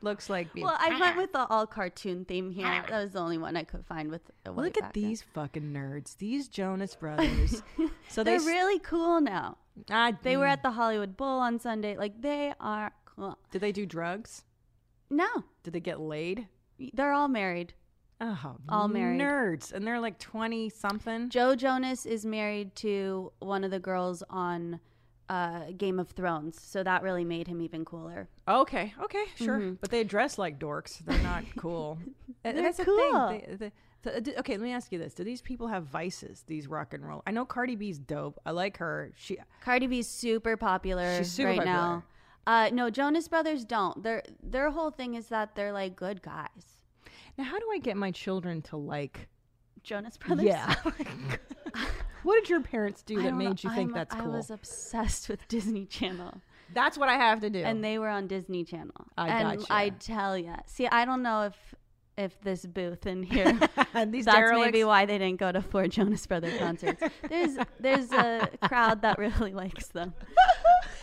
Speaker 3: looks like Beavis.
Speaker 4: Well, I went with the all cartoon theme here. That was the only one I could find with. A white
Speaker 3: Look at
Speaker 4: background.
Speaker 3: these fucking nerds. These Jonas
Speaker 4: *laughs*
Speaker 3: Brothers. so they
Speaker 4: They're
Speaker 3: s-
Speaker 4: really cool now.
Speaker 3: Ah,
Speaker 4: They were
Speaker 3: mm.
Speaker 4: at the Hollywood Bowl on Sunday. Like they are cool.
Speaker 3: Did they do drugs?
Speaker 4: No,
Speaker 3: Did they get laid?
Speaker 4: they're all married.
Speaker 3: Oh,
Speaker 4: All married.
Speaker 3: nerds, and they're like twenty something.
Speaker 4: Joe Jonas is married to one of the girls on uh, Game of Thrones, so that really made him even cooler.
Speaker 3: Okay, okay, sure.
Speaker 4: Mm-hmm.
Speaker 3: But they dress like dorks. They're
Speaker 4: *laughs*
Speaker 3: not cool. And that's the thing.
Speaker 4: cool.
Speaker 3: They- they- so, d- okay, let me ask you this: Do these people have vices? These rock and roll. I know Cardi B's dope. I like her. She
Speaker 4: Cardi B's super popular
Speaker 3: She's super
Speaker 4: right
Speaker 3: popular.
Speaker 4: now. Uh, no, Jonas Brothers don't. Their their whole thing is that they're like good guys.
Speaker 3: now. How do I get my children to like?
Speaker 4: Jonas Brothers. *laughs*
Speaker 3: Yeah. *laughs* what did your parents do
Speaker 4: I
Speaker 3: that
Speaker 4: don't
Speaker 3: made
Speaker 4: know.
Speaker 3: you think
Speaker 4: I'm-
Speaker 3: that's cool?
Speaker 4: I was obsessed with Disney Channel,
Speaker 3: that's what I have to do.
Speaker 4: and they were on Disney Channel.
Speaker 3: I
Speaker 4: and
Speaker 3: gotcha.
Speaker 4: I tell ya, see, I don't know if if this booth
Speaker 3: *laughs*
Speaker 4: in here
Speaker 3: these
Speaker 4: That's
Speaker 3: derelicts.
Speaker 4: maybe why they didn't go to four *laughs* Jonas Brother concerts. There's there's a crowd that really *laughs* likes them.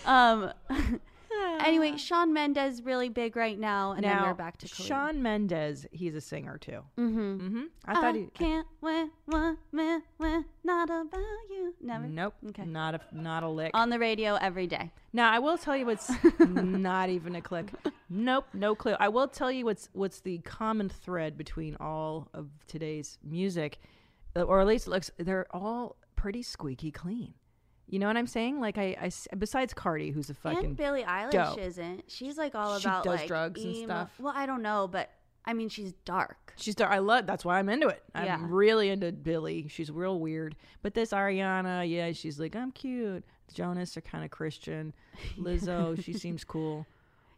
Speaker 4: Um. *laughs*
Speaker 3: *laughs*
Speaker 4: anyway, Sean Mendez really big right now, and
Speaker 3: now
Speaker 4: then we're back to Khalid.
Speaker 3: Sean Mendez. He's a singer too.
Speaker 4: Mm-hmm.
Speaker 3: Mm-hmm. I
Speaker 4: I,
Speaker 3: thought he.
Speaker 4: can't win, one man, win, not about you. Never.
Speaker 3: Nope.
Speaker 4: Okay.
Speaker 3: Not a not a lick.
Speaker 4: On the radio every day.
Speaker 3: Now I will tell you *laughs* what's not even a click. Nope, no clue. I will tell you what's what's the common thread between all of today's music, uh, or at least it looks they're all pretty squeaky clean. You know what I'm saying? Like I, I s- besides Cardi, who's a fucking
Speaker 4: and Billie Eilish
Speaker 3: dope.
Speaker 4: isn't. She's like all
Speaker 3: She
Speaker 4: about
Speaker 3: does
Speaker 4: like,
Speaker 3: drugs and stuff.
Speaker 4: Well, I don't know, but I mean, she's dark.
Speaker 3: she's dar- I love that's why I'm into it. I'm
Speaker 4: Yeah.
Speaker 3: really into Billy. She's real weird. But this Ariana, yeah, she's like I'm cute. Jonas are kind of Christian.
Speaker 4: *laughs*
Speaker 3: Lizzo, she seems cool.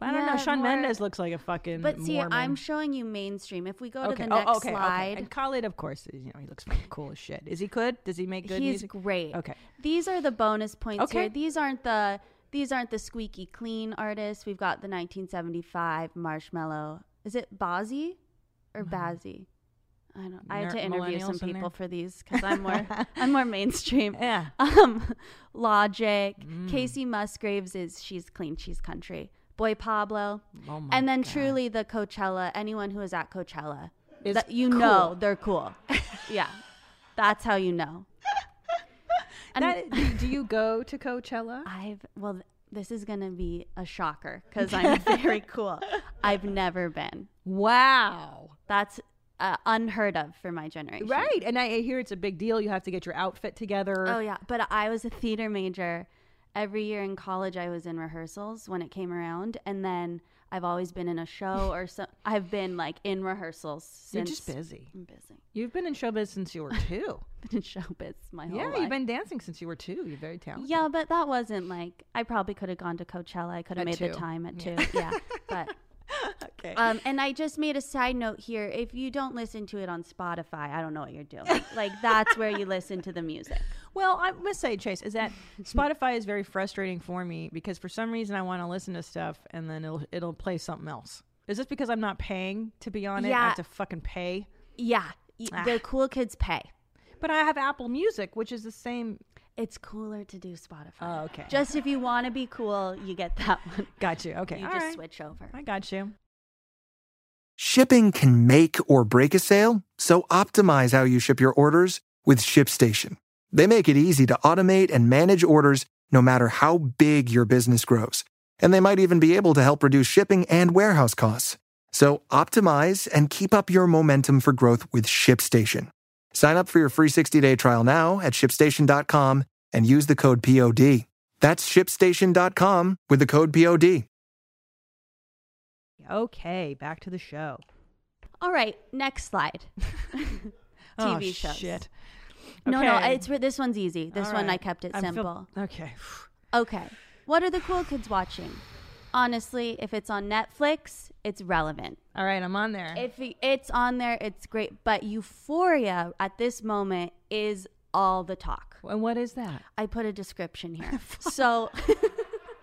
Speaker 3: But I don't know.
Speaker 4: Yeah,
Speaker 3: Sean
Speaker 4: more-
Speaker 3: Mendes looks like a fucking.
Speaker 4: But see,
Speaker 3: Mormon.
Speaker 4: I'm showing you mainstream. If we go to the
Speaker 3: Oh,
Speaker 4: next slide,
Speaker 3: And Khalid, of course, is, you know, he looks fucking cool as shit. Is he good? Does he make good
Speaker 4: he's
Speaker 3: music?
Speaker 4: great. *laughs*
Speaker 3: Okay.
Speaker 4: These are the bonus points
Speaker 3: Okay.
Speaker 4: here. These aren't the these aren't the squeaky clean artists. We've got the 1975 Marshmallow. Is it Bozzy or Bazzy? I don't. I had
Speaker 3: Ner-
Speaker 4: to interview
Speaker 3: Mm-hmm. millennials
Speaker 4: some
Speaker 3: in there?
Speaker 4: people for these because I'm
Speaker 3: *laughs*
Speaker 4: more I'm more mainstream.
Speaker 3: Yeah.
Speaker 4: Um, *laughs* Logic.
Speaker 3: Mm.
Speaker 4: Casey Musgraves is she's clean, she's country. Boy Pablo,
Speaker 3: Oh my
Speaker 4: and then
Speaker 3: God.
Speaker 4: truly the Coachella. Anyone who is at Coachella,
Speaker 3: Is
Speaker 4: that you
Speaker 3: cool.
Speaker 4: know they're
Speaker 3: *laughs*
Speaker 4: cool. yeah, that's how you know. And
Speaker 3: That- do, do you go to
Speaker 4: *laughs*
Speaker 3: Coachella?
Speaker 4: I've well, th- this is gonna be a shocker
Speaker 3: *laughs*
Speaker 4: because I'm very cool. I've never been.
Speaker 3: Wow.
Speaker 4: That's uh, unheard of for my generation.
Speaker 3: Right. And I, I hear it's a big deal. You have to get your outfit together.
Speaker 4: Oh yeah, but I was a theater major. Every year in college, I was in rehearsals when it came around, and then I've always been in
Speaker 3: *laughs*
Speaker 4: a show or some. I've been like in rehearsals
Speaker 3: You're
Speaker 4: since.
Speaker 3: just busy.
Speaker 4: I'm busy.
Speaker 3: You've been in showbiz since *laughs* you were two.
Speaker 4: Been in *laughs* showbiz my whole
Speaker 3: yeah,
Speaker 4: life.
Speaker 3: you've been dancing since you were two. You're very talented.
Speaker 4: Yeah, but that wasn't like I probably could have gone to Coachella. I could have
Speaker 3: At
Speaker 4: made
Speaker 3: two.
Speaker 4: the time at
Speaker 3: Yeah.
Speaker 4: two.
Speaker 3: *laughs*
Speaker 4: Yeah, but
Speaker 3: Okay.
Speaker 4: um, and I just made a side note here. If you don't listen to it on Spotify, I don't know what you're *laughs* doing. like that's where you listen to the music.
Speaker 3: Well, I must say, Chase, is *laughs* that Spotify is very frustrating for me because for some reason I want to listen to stuff and then it'll it'll play something else. Is this because I'm not paying to be on it? I
Speaker 4: Yeah.
Speaker 3: have to fucking pay.
Speaker 4: Yeah, y- the cool kids pay.
Speaker 3: But I have Apple Music, which is the same.
Speaker 4: It's cooler to do Spotify.
Speaker 3: Oh, okay.
Speaker 4: Just if you want to be cool, you get that *laughs* one.
Speaker 3: got you. Okay.
Speaker 4: You
Speaker 3: all
Speaker 4: just
Speaker 3: right.
Speaker 4: switch over.
Speaker 3: I got you.
Speaker 7: Shipping can make or break a sale, so optimize how you ship your orders with ShipStation. They make it easy to automate and manage orders no matter how big your business grows. And they might even be able to help reduce shipping and warehouse costs. So optimize and keep up your momentum for growth with ShipStation. Sign up for your free 60-day trial now at shipstation.com and use the code POD. That's shipstation.com with the code POD.
Speaker 3: Okay. Back to the show.
Speaker 4: All right, next *laughs* slide.
Speaker 3: oh,
Speaker 4: TV shows.
Speaker 3: Shit.
Speaker 4: No, no,
Speaker 3: Okay.
Speaker 4: it's re- this one's easy. This
Speaker 3: All
Speaker 4: one I
Speaker 3: right.
Speaker 4: kept it
Speaker 3: I feel-
Speaker 4: simple.
Speaker 3: okay. *sighs*
Speaker 4: Okay. What are the cool kids watching? Honestly, if it's on Netflix, it's relevant.
Speaker 3: All right. I'm on there.
Speaker 4: If y- it's on there, it's great. But Euphoria at this moment is all the talk.
Speaker 3: and what is that?
Speaker 4: I put a description here. so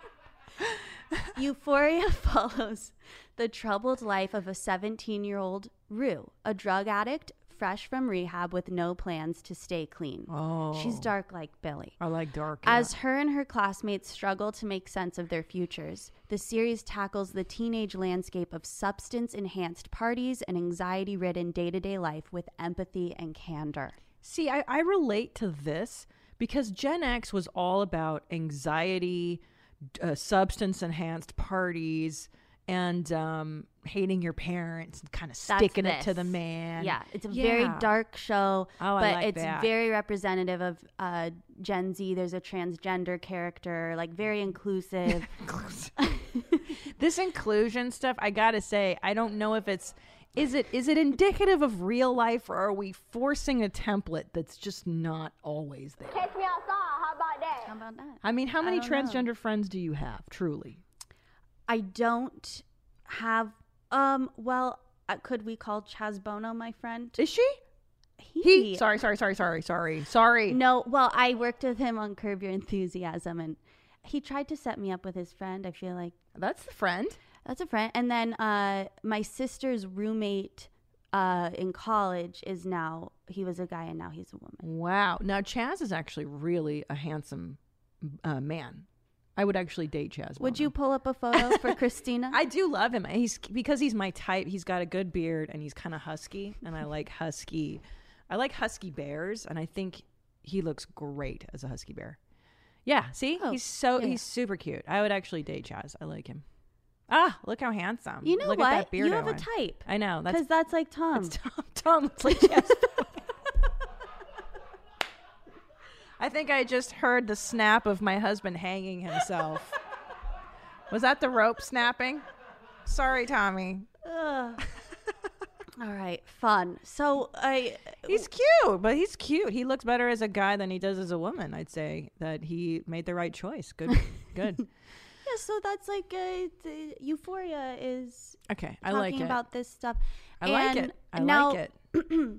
Speaker 4: *laughs* Euphoria *laughs* follows the troubled life of a 17 year old Rue, a drug addict fresh from rehab with no plans to stay clean.
Speaker 3: Oh.
Speaker 4: She's dark like Billy.
Speaker 3: I like dark.
Speaker 4: As
Speaker 3: yeah.
Speaker 4: her and her classmates struggle to make sense of their futures, the series tackles the teenage landscape of substance enhanced parties and anxiety ridden day to day life with empathy and candor.
Speaker 3: See, I, I relate to this because Gen X was all about anxiety, d- uh, substance enhanced parties, and um, hating your parents and kind of
Speaker 4: That's
Speaker 3: sticking it to
Speaker 4: this.
Speaker 3: the man.
Speaker 4: Yeah, it's a very
Speaker 3: Yeah.
Speaker 4: dark show,
Speaker 3: Oh, I
Speaker 4: but
Speaker 3: like
Speaker 4: it's
Speaker 3: that.
Speaker 4: very representative of uh, Gen Z. There's a transgender character, like very *laughs* inclusive.
Speaker 3: *laughs* This inclusion stuff, I gotta say, I don't know if it's is it is it indicative of real life or are we forcing a template that's just not always there?
Speaker 8: Catch me outside. How about that?
Speaker 4: How about that?
Speaker 3: I mean, how many
Speaker 4: don't know.
Speaker 3: transgender friends do you have? Truly,
Speaker 4: I don't have. Um. Well, uh, could we call Chaz Bono my friend?
Speaker 3: is she?
Speaker 4: He.
Speaker 3: He. Sorry, sorry, sorry, sorry, sorry, sorry.
Speaker 4: No, well, I worked with him on Curb Your Enthusiasm, and he tried to set me up with his friend. I feel like
Speaker 3: That's the friend.
Speaker 4: that's a friend. And then uh, my sister's roommate uh, in college is now he was a guy, and now he's a woman.
Speaker 3: Wow. Now Chaz is actually really a handsome uh, man. I would actually date Chaz.
Speaker 4: Would
Speaker 3: Bono.
Speaker 4: you pull up a
Speaker 3: *laughs*
Speaker 4: photo for Christina?
Speaker 3: I do love him. He's because he's my type. He's got a good beard and he's kind of husky, and I like husky. I like husky bears, and I think he looks great as a husky bear. Yeah. See,
Speaker 4: Oh,
Speaker 3: he's so
Speaker 4: yeah.
Speaker 3: he's super cute. I would actually date Chaz. I like him. Ah, look how handsome.
Speaker 4: you know
Speaker 3: look
Speaker 4: what?
Speaker 3: At that beard
Speaker 4: you have
Speaker 3: I
Speaker 4: a type.
Speaker 3: I know. *laughs* That's
Speaker 4: because that's like Tom.
Speaker 3: it's Tom. Tom looks like Chaz. I think I just heard the snap of my husband hanging himself. Was that the rope snapping? Sorry, Tommy.
Speaker 4: All right, fun. So I
Speaker 3: He's cute, but he's cute. He looks better as a guy than he does as a woman. I'd say that he made the right choice. Good,
Speaker 4: *laughs*
Speaker 3: good.
Speaker 4: yeah. So that's like uh, the Euphoria is
Speaker 3: Okay, I
Speaker 4: talking
Speaker 3: like it.
Speaker 4: about this stuff.
Speaker 3: I like
Speaker 4: And
Speaker 3: it. I
Speaker 4: now,
Speaker 3: like it.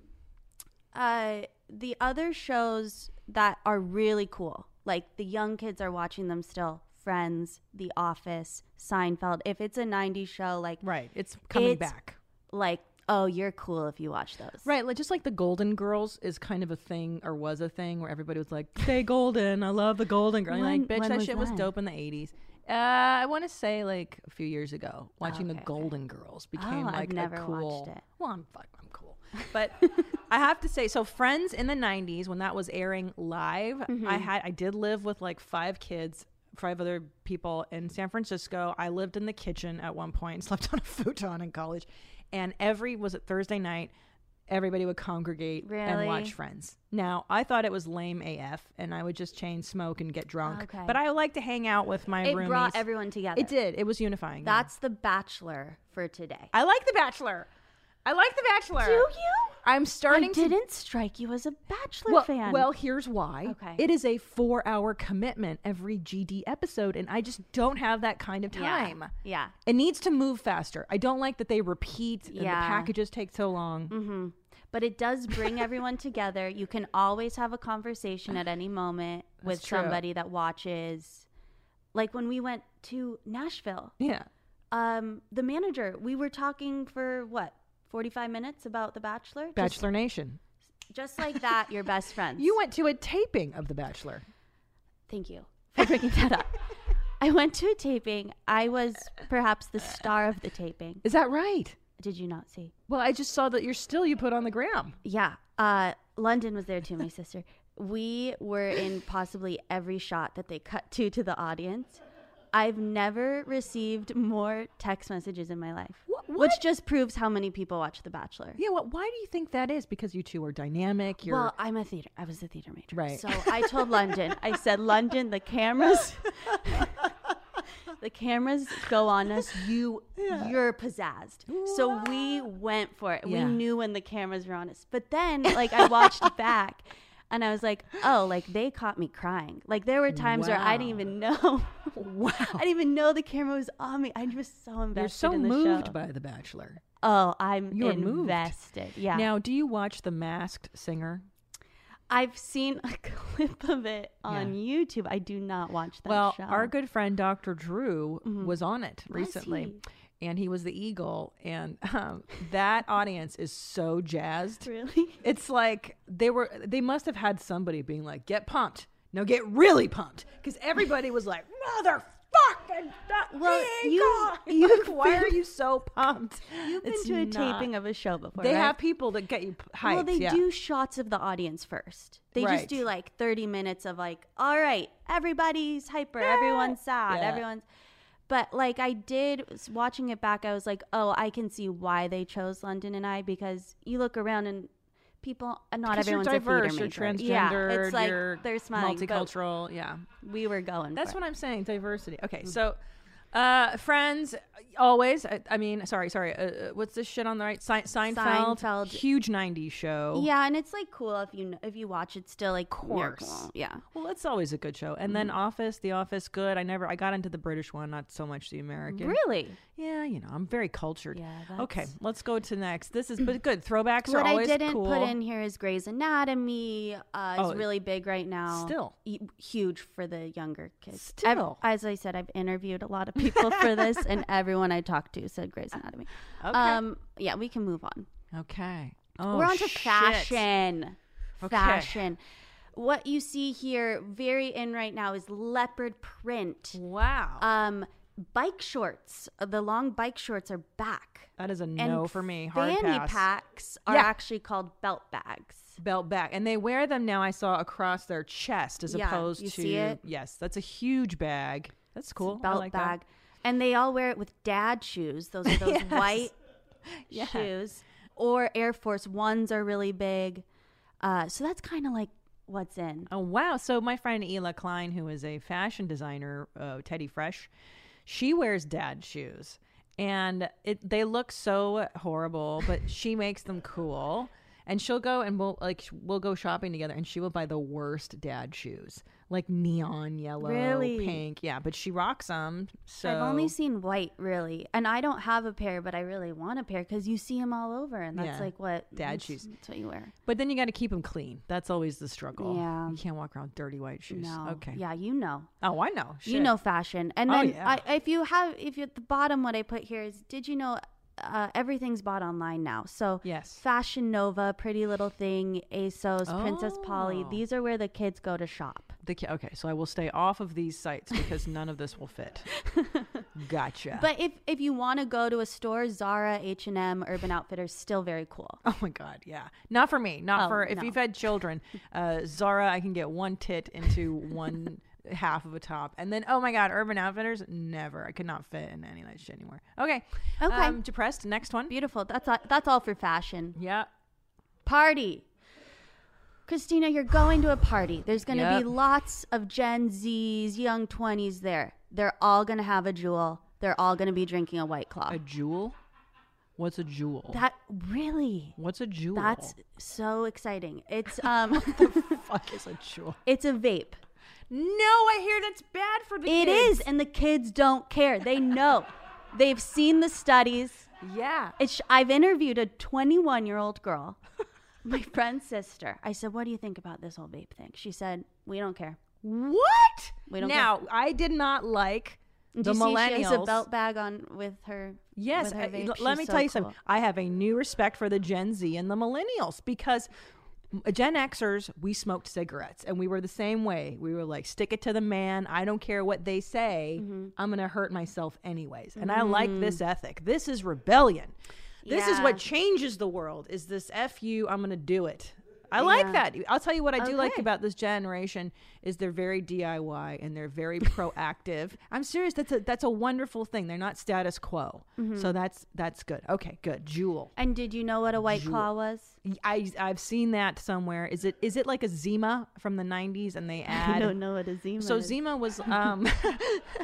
Speaker 4: uh, the other shows that are really cool, like the young kids are watching them still. Friends, The Office, Seinfeld. If it's a '90s show, like
Speaker 3: Right, it's coming
Speaker 4: It's-
Speaker 3: back.
Speaker 4: like oh, you're cool if you watch those.
Speaker 3: Right, like just like the Golden Girls is kind of a thing or was a thing where everybody was like, "Stay golden, I love the Golden Girls." And
Speaker 4: When-
Speaker 3: like, bitch,
Speaker 4: when
Speaker 3: that
Speaker 4: was
Speaker 3: shit was
Speaker 4: that?
Speaker 3: dope in the '80s. Uh, I want to say like a few years ago, watching
Speaker 4: Oh, okay,
Speaker 3: the
Speaker 4: okay.
Speaker 3: Golden Girls became
Speaker 4: Oh, I've
Speaker 3: like
Speaker 4: never
Speaker 3: a
Speaker 4: watched
Speaker 3: cool.
Speaker 4: it.
Speaker 3: Well, I'm fuck, I'm cool, but I have to say, so Friends in the '90s when that was airing live,
Speaker 4: Mm-hmm.
Speaker 3: I had I did live with like five kids. Five other people in San Francisco. I lived in the *laughs* kitchen at one point, slept on a futon in college, and every was it Thursday night everybody would congregate and watch
Speaker 4: Really?
Speaker 3: Friends. Now, I thought it was lame AF, and I would just chain smoke and get drunk.
Speaker 4: Okay.
Speaker 3: But I like to hang out with my
Speaker 4: It
Speaker 3: roomies.
Speaker 4: brought everyone together.
Speaker 3: It did. It was unifying. yeah.
Speaker 4: That's the Bachelor for today.
Speaker 3: I like The Bachelor. I like The Bachelor.
Speaker 4: Do you?
Speaker 3: I'm starting
Speaker 4: I
Speaker 3: to
Speaker 4: didn't strike you as a Bachelor
Speaker 3: well,
Speaker 4: fan.
Speaker 3: well, here's why.
Speaker 4: Okay.
Speaker 3: It is a four hour commitment every GD episode, and I just don't have that kind of
Speaker 4: Yeah.
Speaker 3: time.
Speaker 4: Yeah.
Speaker 3: It needs to move faster. I don't like that they repeat and the
Speaker 4: Yeah. Mm-hmm.
Speaker 3: packages take so long.
Speaker 4: But it
Speaker 3: *laughs*
Speaker 4: does bring everyone together. You can always have a conversation at any moment with
Speaker 3: true.
Speaker 4: somebody that watches. Like when we went to Nashville,
Speaker 3: Yeah.
Speaker 4: um, the manager, we were talking for what, 45 minutes about The Bachelor? Just-
Speaker 3: Bachelor Nation.
Speaker 4: Just, like that, you're best friends.
Speaker 3: You went to a taping of The Bachelor.
Speaker 4: Thank you for bringing that up. I went to a taping. I was perhaps the star of the taping.
Speaker 3: Is that right?
Speaker 4: Did you not see?
Speaker 3: Well, I just saw that you're still you put on the gram.
Speaker 4: Yeah. Uh, London was there too, my sister. We were in possibly every shot that they cut to to the audience. I've never received more text messages in my life,
Speaker 3: Wh-
Speaker 4: which
Speaker 3: what?
Speaker 4: just proves how many people watch The Bachelor.
Speaker 3: Yeah. Well, why do you think that is? Because you two are dynamic. You're
Speaker 4: Well, I'm a theater. I was a theater major,
Speaker 3: Right.
Speaker 4: So I told London. I said, London, the cameras, *laughs* the cameras go on us. You, you're pizzazzed. So we went for it.
Speaker 3: Yeah.
Speaker 4: We knew when the cameras were on us. But then, like, I watched back, and I was like, oh, like they caught me crying. Like there were times where I didn't
Speaker 3: Wow.
Speaker 4: even know.
Speaker 3: *laughs* Wow.
Speaker 4: I didn't even know the camera was on me. I was so invested.
Speaker 3: you're so
Speaker 4: in the
Speaker 3: moved
Speaker 4: show.
Speaker 3: by The Bachelor.
Speaker 4: Oh, I'm
Speaker 3: You're moved.
Speaker 4: invested. Yeah.
Speaker 3: Now, do you watch The Masked Singer?
Speaker 4: I've seen a *laughs* clip of it on YouTube. I do not watch that Mm-hmm.
Speaker 3: well,
Speaker 4: show.
Speaker 3: our good friend Dr. Drew was on it recently.
Speaker 4: he?
Speaker 3: And he was the eagle, and um, that *laughs* audience is so jazzed.
Speaker 4: really?
Speaker 3: It's like they were they must have had somebody being like, "Get pumped, no, get really pumped," because everybody was like, "Motherfucking du-
Speaker 4: Well,
Speaker 3: eagle!" *laughs*
Speaker 4: you-
Speaker 3: Like,
Speaker 4: you've
Speaker 3: why
Speaker 4: been-
Speaker 3: are you so pumped?
Speaker 4: You've been
Speaker 3: It's
Speaker 4: to a
Speaker 3: not-
Speaker 4: taping of a show before.
Speaker 3: They
Speaker 4: right?
Speaker 3: have people that get you p- hyped.
Speaker 4: Well, they
Speaker 3: yeah.
Speaker 4: do shots of the audience first. They
Speaker 3: Right.
Speaker 4: just do like 30 minutes of like, all right, everybody's hyper, everyone's sad,
Speaker 3: Yeah.
Speaker 4: everyone's. But like I did s- watching it back, I was like, oh, I can see why they chose London and I because you look around and people, and not
Speaker 3: 'Cause you're
Speaker 4: everyone's
Speaker 3: diverse.
Speaker 4: a
Speaker 3: You're
Speaker 4: theater major.
Speaker 3: transgender.
Speaker 4: Yeah, it's like
Speaker 3: you're
Speaker 4: they're smiling. but
Speaker 3: Multicultural. Yeah.
Speaker 4: We were going.
Speaker 3: That's
Speaker 4: for
Speaker 3: what I'm saying. Diversity. Okay,
Speaker 4: Hmm.
Speaker 3: so uh, friends, always. I, I mean, sorry, sorry. Uh, uh, what's this shit on the right? Se- Seinfeld,
Speaker 4: Seinfeld.
Speaker 3: huge '90s show.
Speaker 4: Yeah, and it's like cool if you kn- if you watch it still like
Speaker 3: course.
Speaker 4: cool. Yeah.
Speaker 3: Well, it's always a good show. And then
Speaker 4: Hmm.
Speaker 3: Office, The Office, good. I never. I got into the British one, not so much the American.
Speaker 4: Really?
Speaker 3: Yeah, you know, I'm very cultured.
Speaker 4: Yeah,
Speaker 3: okay,
Speaker 4: that's-
Speaker 3: let's go to next. This
Speaker 4: *clears throat*
Speaker 3: is but good. Throwbacks
Speaker 4: what
Speaker 3: are
Speaker 4: I
Speaker 3: always
Speaker 4: didn't
Speaker 3: cool.
Speaker 4: put in here is Grey's Anatomy uh, is
Speaker 3: Oh,
Speaker 4: really big right now.
Speaker 3: still.
Speaker 4: E- huge for the younger kids.
Speaker 3: Still.
Speaker 4: I've, as I said, I've interviewed a lot of people
Speaker 3: *laughs*
Speaker 4: for this, and everyone I talked to said Grey's Anatomy.
Speaker 3: Okay.
Speaker 4: Um, yeah, we can move on.
Speaker 3: okay. Oh,
Speaker 4: We're on to
Speaker 3: shit.
Speaker 4: fashion.
Speaker 3: Okay.
Speaker 4: Fashion. What you see here, very in right now, is leopard print.
Speaker 3: Wow.
Speaker 4: Um, bike shorts, uh, the long bike shorts are back.
Speaker 3: that is a
Speaker 4: And
Speaker 3: no for me. Hard
Speaker 4: fanny
Speaker 3: pass.
Speaker 4: packs are
Speaker 3: Yeah.
Speaker 4: actually called belt bags.
Speaker 3: belt back and they wear them now i saw across their chest as
Speaker 4: Yeah,
Speaker 3: opposed
Speaker 4: you
Speaker 3: to
Speaker 4: see it?
Speaker 3: yes that's a huge bag that's cool I
Speaker 4: Belt
Speaker 3: like that.
Speaker 4: bag. And they all wear it with dad shoes.
Speaker 3: *laughs*
Speaker 4: Those are those
Speaker 3: Yes.
Speaker 4: white
Speaker 3: Yeah.
Speaker 4: shoes. Or Air Force Ones are really big. Uh, so that's kind of like what's in.
Speaker 3: oh wow so my friend Ela klein who is a fashion designer uh, teddy fresh she wears dad shoes and it, they look so horrible but she makes them cool and she'll go and we'll like sh- we'll go shopping together and she will buy the worst dad shoes like neon yellow
Speaker 4: Really?
Speaker 3: pink yeah but she rocks them so
Speaker 4: I've only seen white, really. And I don't have a pair, but I really want a pair because you see them all over. And that's
Speaker 3: Yeah.
Speaker 4: like what
Speaker 3: Dad
Speaker 4: that's-
Speaker 3: shoes.
Speaker 4: That's what you wear.
Speaker 3: But then you got to keep them clean. That's always the struggle.
Speaker 4: Yeah.
Speaker 3: You can't walk around with dirty white shoes.
Speaker 4: No.
Speaker 3: Okay.
Speaker 4: Yeah, you know.
Speaker 3: Oh, I know.
Speaker 4: You
Speaker 3: Shit.
Speaker 4: know fashion. And
Speaker 3: Oh,
Speaker 4: then
Speaker 3: yeah.
Speaker 4: I, if you have, if you at the bottom, what I put here is, did you know uh, everything's bought online now? So
Speaker 3: Yes.
Speaker 4: Fashion Nova, Pretty Little Thing, ASOS, Princess Polly.
Speaker 3: Oh.
Speaker 4: These are where the kids go to shop.
Speaker 3: The ki- okay, so I will stay off of these sites because none of this will
Speaker 4: *laughs*
Speaker 3: fit. Gotcha.
Speaker 4: But if if you want to go to a store, Zara, H and M, Urban Outfitters, still very cool.
Speaker 3: *laughs* oh my god, yeah. Not for me. Not
Speaker 4: Oh,
Speaker 3: for if
Speaker 4: no.
Speaker 3: you've had
Speaker 4: *laughs*
Speaker 3: children. Uh, Zara, I can get one tit into one *laughs* half of a top, and then oh my god, Urban Outfitters, never. I could not fit in any of that shit anymore. Okay.
Speaker 4: Okay.
Speaker 3: Um, depressed. Next one.
Speaker 4: Beautiful. That's all, that's all for fashion.
Speaker 3: Yeah.
Speaker 4: Party. Christina, you're going to a party. There's going to
Speaker 3: Yep.
Speaker 4: be lots of Gen Zs, young 20s there. They're all going to have a jewel. They're all going to be drinking a white claw.
Speaker 3: A jewel? What's a jewel?
Speaker 4: that really
Speaker 3: What's a jewel?
Speaker 4: That's so exciting.
Speaker 3: *laughs*
Speaker 4: It's um
Speaker 3: fuck is a jewel?
Speaker 4: it's a vape.
Speaker 3: No, I hear that's bad for the
Speaker 4: It
Speaker 3: kids.
Speaker 4: is and the kids don't care. They know.
Speaker 3: *laughs*
Speaker 4: They've seen the studies.
Speaker 3: Yeah.
Speaker 4: It's I've interviewed a
Speaker 3: *laughs*
Speaker 4: 21-year-old girl, my friend's sister. I said, "What do you think about this whole vape thing?" She said, "We don't care."
Speaker 3: What?
Speaker 4: We don't
Speaker 3: now, I did not like
Speaker 4: And
Speaker 3: the
Speaker 4: do you
Speaker 3: millennials.
Speaker 4: see she has a belt bag on with her
Speaker 3: Yes,
Speaker 4: with her
Speaker 3: I-
Speaker 4: vape?
Speaker 3: l-
Speaker 4: She's
Speaker 3: let me
Speaker 4: so
Speaker 3: tell you
Speaker 4: cool.
Speaker 3: something. I have a new respect for the Gen Z and the millennials because m- Gen Xers, we smoked cigarettes and we were the same way. We were like, stick it to the man. I don't care what they say.
Speaker 4: Mm-hmm.
Speaker 3: I'm going to hurt myself anyways. And I like this ethic. This is rebellion. This is
Speaker 4: Mm. Yeah.
Speaker 3: what changes the world is this F you, I'm going to do it. I like that. I'll tell you what I do like
Speaker 4: Okay.
Speaker 3: about this generation is they're very DIY and they're
Speaker 4: *laughs*
Speaker 3: very proactive. I'm serious. That's a that's a wonderful thing. They're not status quo.
Speaker 4: Mm-hmm.
Speaker 3: So that's that's good. Okay, good. Jewel.
Speaker 4: And did you know what a white claw was?
Speaker 3: I I've seen that somewhere. Is it is it like a Zima from the 90s and they add
Speaker 4: *laughs* *laughs* I don't know what a Zima
Speaker 3: so
Speaker 4: is.
Speaker 3: Zima was um *laughs*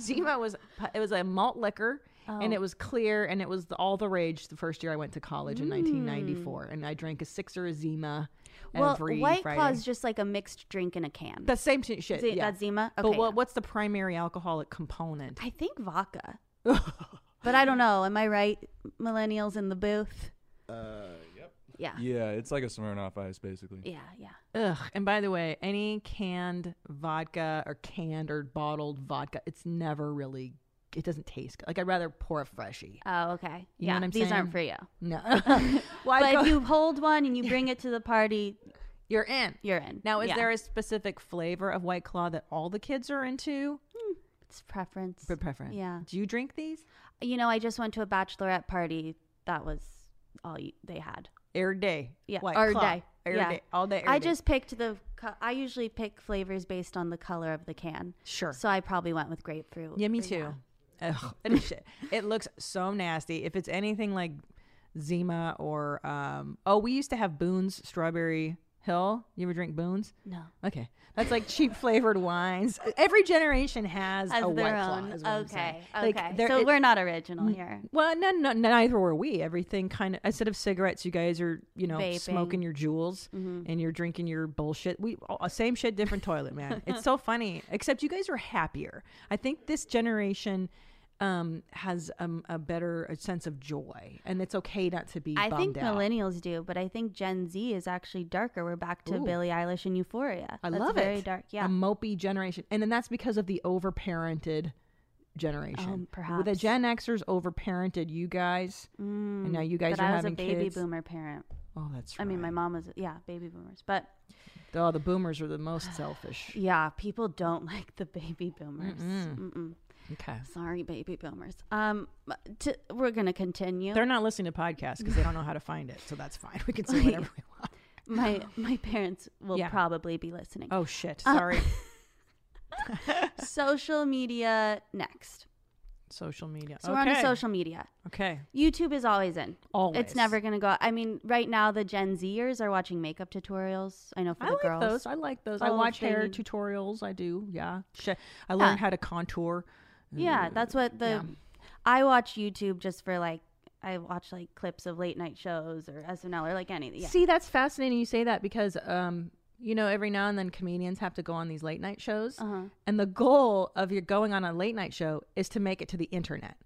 Speaker 3: Zima was it was a malt liquor and
Speaker 4: Oh.
Speaker 3: it was clear and it was the, all the rage the first year I went to college in 1994 and I drank a six or a Zima
Speaker 4: Mm. well,
Speaker 3: every
Speaker 4: White
Speaker 3: Friday.
Speaker 4: Claw is just like a mixed drink in a can.
Speaker 3: the same t- shit.
Speaker 4: Is it-
Speaker 3: yeah.
Speaker 4: that's Zima?
Speaker 3: But
Speaker 4: Okay,
Speaker 3: what,
Speaker 4: yeah.
Speaker 3: what's the primary alcoholic component?
Speaker 4: I think *laughs* vodka. but I don't know. Am I right, millennials in the booth? Uh, yep. Yeah.
Speaker 6: Yeah, it's like a Smirnoff Ice, basically.
Speaker 4: Yeah, yeah.
Speaker 3: Ugh. And by the way, any canned vodka or canned or bottled vodka, it's never really. It doesn't taste good. Like I'd rather pour a freshie.
Speaker 4: Oh, okay.
Speaker 3: You know
Speaker 4: yeah,
Speaker 3: what I'm
Speaker 4: these
Speaker 3: saying?
Speaker 4: aren't for you.
Speaker 3: No. *laughs*
Speaker 4: But
Speaker 3: Why
Speaker 4: if you hold one *laughs* and you bring it to the party,
Speaker 3: You're in.
Speaker 4: you're in.
Speaker 3: Now, is
Speaker 4: Yeah.
Speaker 3: there a specific flavor of White Claw that all the kids are into?
Speaker 4: it's preference.
Speaker 3: Pre- preference.
Speaker 4: Yeah.
Speaker 3: Do you drink these?
Speaker 4: You know, I just went to a bachelorette party. That was all you, they had.
Speaker 3: Every day.
Speaker 4: Yeah,
Speaker 3: White
Speaker 4: every
Speaker 3: Claw.
Speaker 4: day.
Speaker 3: Every
Speaker 4: Yeah.
Speaker 3: day. All day.
Speaker 4: I
Speaker 3: every day.
Speaker 4: just picked the. Co- I usually pick flavors based on the color of the can.
Speaker 3: Sure.
Speaker 4: So I probably went with grapefruit.
Speaker 3: Yeah, me
Speaker 4: or-
Speaker 3: too. Ugh, that is shit. *laughs* It looks so nasty. If it's anything like Zima or um oh, we used to have Boone's Strawberry Hill. You ever drink Boone's?
Speaker 4: No.
Speaker 3: Okay, that's like cheap flavored wines. Every generation has,
Speaker 4: As
Speaker 3: a
Speaker 4: their
Speaker 3: white
Speaker 4: own.
Speaker 3: claw. is what I'm saying.
Speaker 4: okay.
Speaker 3: Like,
Speaker 4: okay.
Speaker 3: there-
Speaker 4: so
Speaker 3: it- Mm,
Speaker 4: we're not original here.
Speaker 3: well, no, no, neither were we. Everything kind of instead of cigarettes, you guys are you know
Speaker 4: Vaping. Mm-hmm.
Speaker 3: smoking your jewels and you're drinking your bullshit. We all, same shit, different toilet,
Speaker 4: *laughs*
Speaker 3: man. It's so funny. Except you guys are happier. I think this generation um, has um, a better a sense of joy, and it's okay not to be.
Speaker 4: I
Speaker 3: bummed
Speaker 4: think
Speaker 3: out.
Speaker 4: millennials do, but I think Gen Z is actually darker. We're back to
Speaker 3: Ooh.
Speaker 4: Billie Eilish and Euphoria.
Speaker 3: I
Speaker 4: That's
Speaker 3: love
Speaker 4: very
Speaker 3: it.
Speaker 4: dark. Yeah. Um,
Speaker 3: a mopey generation, and then that's because of the overparented generation.
Speaker 4: Um,
Speaker 3: the
Speaker 4: perhaps. Mm.
Speaker 3: Gen Xers overparented you guys, and now you guys
Speaker 4: but
Speaker 3: are
Speaker 4: I was a
Speaker 3: having
Speaker 4: baby
Speaker 3: kids.
Speaker 4: boomer parent.
Speaker 3: Oh, that's.
Speaker 4: I
Speaker 3: Right.
Speaker 4: mean, my mom was, yeah, baby boomers. But
Speaker 3: Oh, the boomers are the most selfish.
Speaker 4: yeah, people don't *laughs* like the baby boomers. Mm-mm.
Speaker 3: *sighs* Okay.
Speaker 4: Sorry, baby boomers. Um, t- we're gonna continue.
Speaker 3: They're not listening to podcasts because they don't know how to find it, so that's fine. We can say whatever we want.
Speaker 4: *laughs*
Speaker 3: *laughs*
Speaker 4: my my parents will
Speaker 3: Yeah.
Speaker 4: probably be listening.
Speaker 3: Oh shit! *laughs* Sorry.
Speaker 4: Social media next.
Speaker 3: social media.
Speaker 4: So
Speaker 3: okay.
Speaker 4: we're on to social media.
Speaker 3: Okay.
Speaker 4: YouTube is always in.
Speaker 3: Always.
Speaker 4: It's never gonna go. I mean, right now the Gen Zers are watching makeup tutorials. I know for
Speaker 3: I
Speaker 4: the
Speaker 3: like
Speaker 4: girls.
Speaker 3: those. I like those. I
Speaker 4: Oh,
Speaker 3: watch
Speaker 4: they
Speaker 3: hair
Speaker 4: need-
Speaker 3: tutorials. I do. Yeah. Shit. I learned
Speaker 4: Yeah.
Speaker 3: how to contour.
Speaker 4: Yeah, that's what the.
Speaker 3: Mm. yeah.
Speaker 4: I watch YouTube just for like I watch like clips of late night shows or SNL or like anything. Yeah.
Speaker 3: See, that's fascinating. You say that because, um, you know, every now and then comedians have to go on these late night shows,
Speaker 4: Uh-huh.
Speaker 3: and the goal of your going on a late night show is to make it to the internet.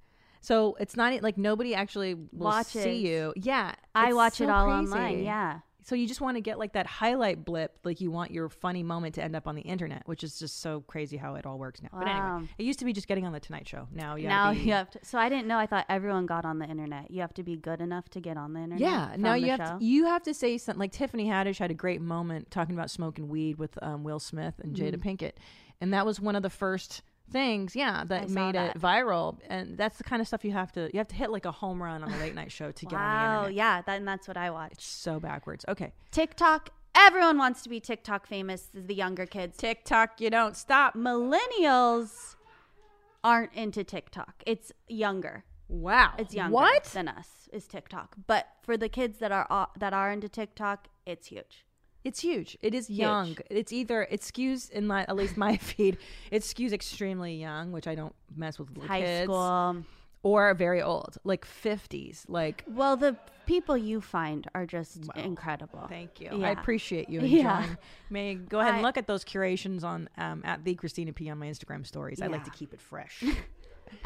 Speaker 3: So it's not e, like nobody actually will see
Speaker 4: Watches.
Speaker 3: you. Yeah,
Speaker 4: I
Speaker 3: it's
Speaker 4: watch it
Speaker 3: so
Speaker 4: all
Speaker 3: crazy.
Speaker 4: online. Yeah.
Speaker 3: So you just want to get like that highlight blip, like you want your funny moment to end up on the internet, which is just so crazy how it all works now. But
Speaker 4: Wow.
Speaker 3: anyway, it used to be just getting on the Tonight Show. Now you
Speaker 4: now
Speaker 3: gotta be,
Speaker 4: you have to. So I didn't know. I thought everyone got on the internet. You have to be good enough to get on the internet.
Speaker 3: Yeah, now
Speaker 4: from
Speaker 3: you
Speaker 4: the
Speaker 3: have
Speaker 4: show.
Speaker 3: to, e, you have to say something. Like Tiffany Haddish had a great moment talking about smoking weed with um, Will Smith and Jada
Speaker 4: Mm.
Speaker 3: Pinkett, and that was one of the first things, yeah, that
Speaker 4: saw
Speaker 3: made
Speaker 4: that.
Speaker 3: it viral. And that's the kind of stuff you have to you have to hit like a home run on a late night show to get on the
Speaker 4: wow.
Speaker 3: internet.
Speaker 4: Yeah. That, and that's what I watch.
Speaker 3: So backwards. Okay,
Speaker 4: TikTok. Everyone wants to be TikTok famous. The younger kids.
Speaker 3: TikTok, you don't stop.
Speaker 4: Millennials aren't into TikTok. It's younger.
Speaker 3: Wow.
Speaker 4: It's younger
Speaker 3: What?
Speaker 4: than us is TikTok, but for the kids that are au- that are into TikTok, it's huge.
Speaker 3: It's huge. It is young. It's either it skews in my at least my *laughs* feed. It skews extremely young, which I don't mess with little
Speaker 4: High
Speaker 3: kids,
Speaker 4: school.
Speaker 3: or very old, like fifties. Like
Speaker 4: Well, the people you find are just incredible.
Speaker 3: thank you. I
Speaker 4: Yeah.
Speaker 3: appreciate you enjoying.
Speaker 4: *laughs* Yeah.
Speaker 3: May go ahead and
Speaker 4: I-
Speaker 3: look at those curations on um, at the Christina P on my Instagram stories. I like
Speaker 4: Yeah.
Speaker 3: to keep it
Speaker 4: *laughs*
Speaker 3: fresh.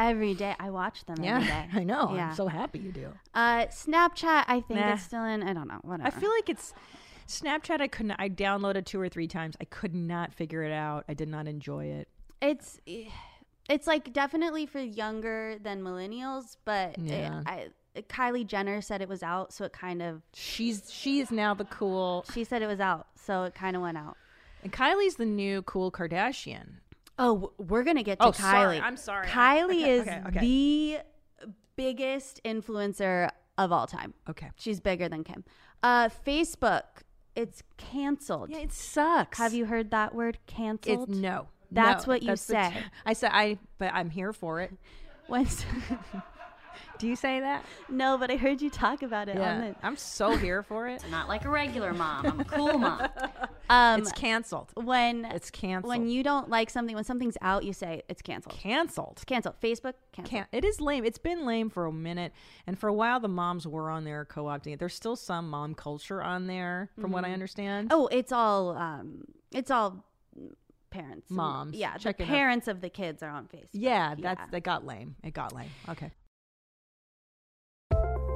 Speaker 4: Every day *laughs* I watch them. Every
Speaker 3: yeah,
Speaker 4: day.
Speaker 3: I know.
Speaker 4: Yeah.
Speaker 3: I'm so happy you do.
Speaker 4: uh, Snapchat. I think
Speaker 3: Nah.
Speaker 4: it's still in. I don't know. Whatever.
Speaker 3: I feel like it's Snapchat. I couldn't. I downloaded two or three times. I could not figure it out. I did not enjoy it.
Speaker 4: it's it's like definitely for younger than millennials, but it-
Speaker 3: Yeah.
Speaker 4: I, Kylie Jenner said it was out, so it kind of
Speaker 3: She's she is now the cool
Speaker 4: she said it was out, so it kind of went out.
Speaker 3: And Kylie's the new cool Kardashian.
Speaker 4: Oh, w- we're gonna get to
Speaker 3: Oh,
Speaker 4: Kylie.
Speaker 3: sorry. I'm sorry.
Speaker 4: Kylie
Speaker 3: Okay,
Speaker 4: is
Speaker 3: okay, okay.
Speaker 4: the biggest influencer of all time.
Speaker 3: Okay.
Speaker 4: She's bigger than Kim. Uh, Facebook, it's canceled.
Speaker 3: Yeah, it sucks.
Speaker 4: Have you heard that word
Speaker 3: It's
Speaker 4: canceled?
Speaker 3: no.
Speaker 4: That's
Speaker 3: no,
Speaker 4: what you
Speaker 3: the
Speaker 4: say.
Speaker 3: ter- *laughs* I said I, but I'm here for it.
Speaker 4: *laughs* When-
Speaker 3: Do you say that?
Speaker 4: *laughs* no, but I heard you talk about it. On the,
Speaker 3: I'm so here for it.
Speaker 9: Not like a regular mom. I'm a cool mom.
Speaker 4: um,
Speaker 3: it's canceled.
Speaker 4: when
Speaker 3: It's canceled.
Speaker 4: when you don't like something, when something's out, you say it's canceled.
Speaker 3: canceled.
Speaker 4: It's canceled. Facebook canceled.
Speaker 3: Can't, it is lame. It's been lame for a minute, and for a while the moms were on there co-opting it. There's still some mom culture on there, from what I understand.
Speaker 4: Oh, it's all um, it's all parents, and-
Speaker 3: Moms
Speaker 4: Yeah, the
Speaker 3: checking up.
Speaker 4: parents of the kids are on Facebook.
Speaker 3: yeah, that's that got lame. It got lame. Okay.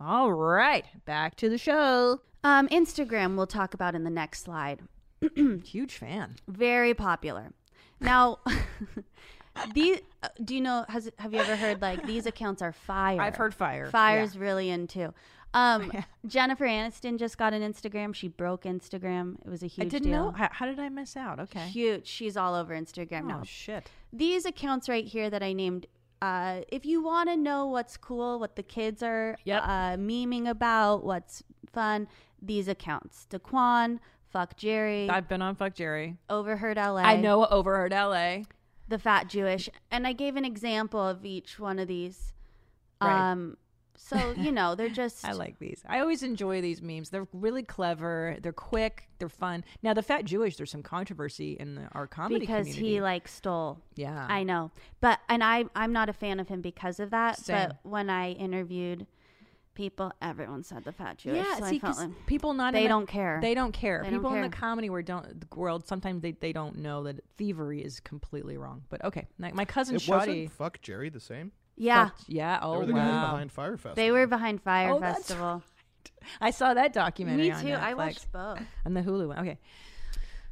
Speaker 3: All right, back to the show.
Speaker 4: Um, Instagram we'll talk about in the next slide. Hmm.
Speaker 3: Huge fan.
Speaker 4: Very popular. Now, *laughs* these uh, do you know? Has have you ever heard like these accounts are fire?
Speaker 3: I've heard fire.
Speaker 4: Fire's really in too.
Speaker 3: *laughs*
Speaker 4: Um, Jennifer Aniston just got an Instagram. She broke Instagram. It was a huge.
Speaker 3: I didn't
Speaker 4: deal.
Speaker 3: know. How, how did I miss out? Okay.
Speaker 4: Huge. She's all over Instagram
Speaker 3: Oh
Speaker 4: now.
Speaker 3: shit.
Speaker 4: These accounts right here that I named. Uh, if you want to know what's cool, what the kids are
Speaker 3: Yep.
Speaker 4: uh, memeing about, what's fun, these accounts: Daquan, Fuck Jerry,
Speaker 3: I've been on Fuck Jerry.
Speaker 4: Overheard LA.
Speaker 3: I know Overheard LA.
Speaker 4: the fat Jewish, and I gave an example of each one of these.
Speaker 3: Right.
Speaker 4: Um,
Speaker 3: *laughs*
Speaker 4: so you know they're just
Speaker 3: I like these. I always enjoy these memes. They're really clever. They're quick. They're fun. Now the fat Jewish. There's some controversy in the, our comedy
Speaker 4: because
Speaker 3: community.
Speaker 4: he like stole.
Speaker 3: yeah.
Speaker 4: I know, but and I I'm not a fan of him because of that.
Speaker 3: Same.
Speaker 4: But when I interviewed people, everyone said the fat Jewish.
Speaker 3: yeah,
Speaker 4: so
Speaker 3: see,
Speaker 4: I felt
Speaker 3: 'cause
Speaker 4: like-
Speaker 3: people not
Speaker 4: they
Speaker 3: in the-
Speaker 4: don't care.
Speaker 3: They don't care.
Speaker 4: They don't
Speaker 3: people in the
Speaker 4: care.
Speaker 3: comedy world don't the world sometimes they, they don't know that thievery is completely wrong. But okay, my, my cousin
Speaker 5: It
Speaker 3: Shotty.
Speaker 5: wasn't fuck Jerry the same.
Speaker 4: yeah,
Speaker 3: fucked- yeah.
Speaker 5: They
Speaker 3: Oh
Speaker 5: were the guys
Speaker 3: wow.
Speaker 5: behind Firefest.
Speaker 4: they were behind Fire
Speaker 3: Oh, that's *laughs*
Speaker 4: Festival.
Speaker 3: I saw that documentary.
Speaker 4: Me
Speaker 3: on
Speaker 4: too. I
Speaker 3: Netflix.
Speaker 4: watched both.
Speaker 3: and the Hulu one. Okay.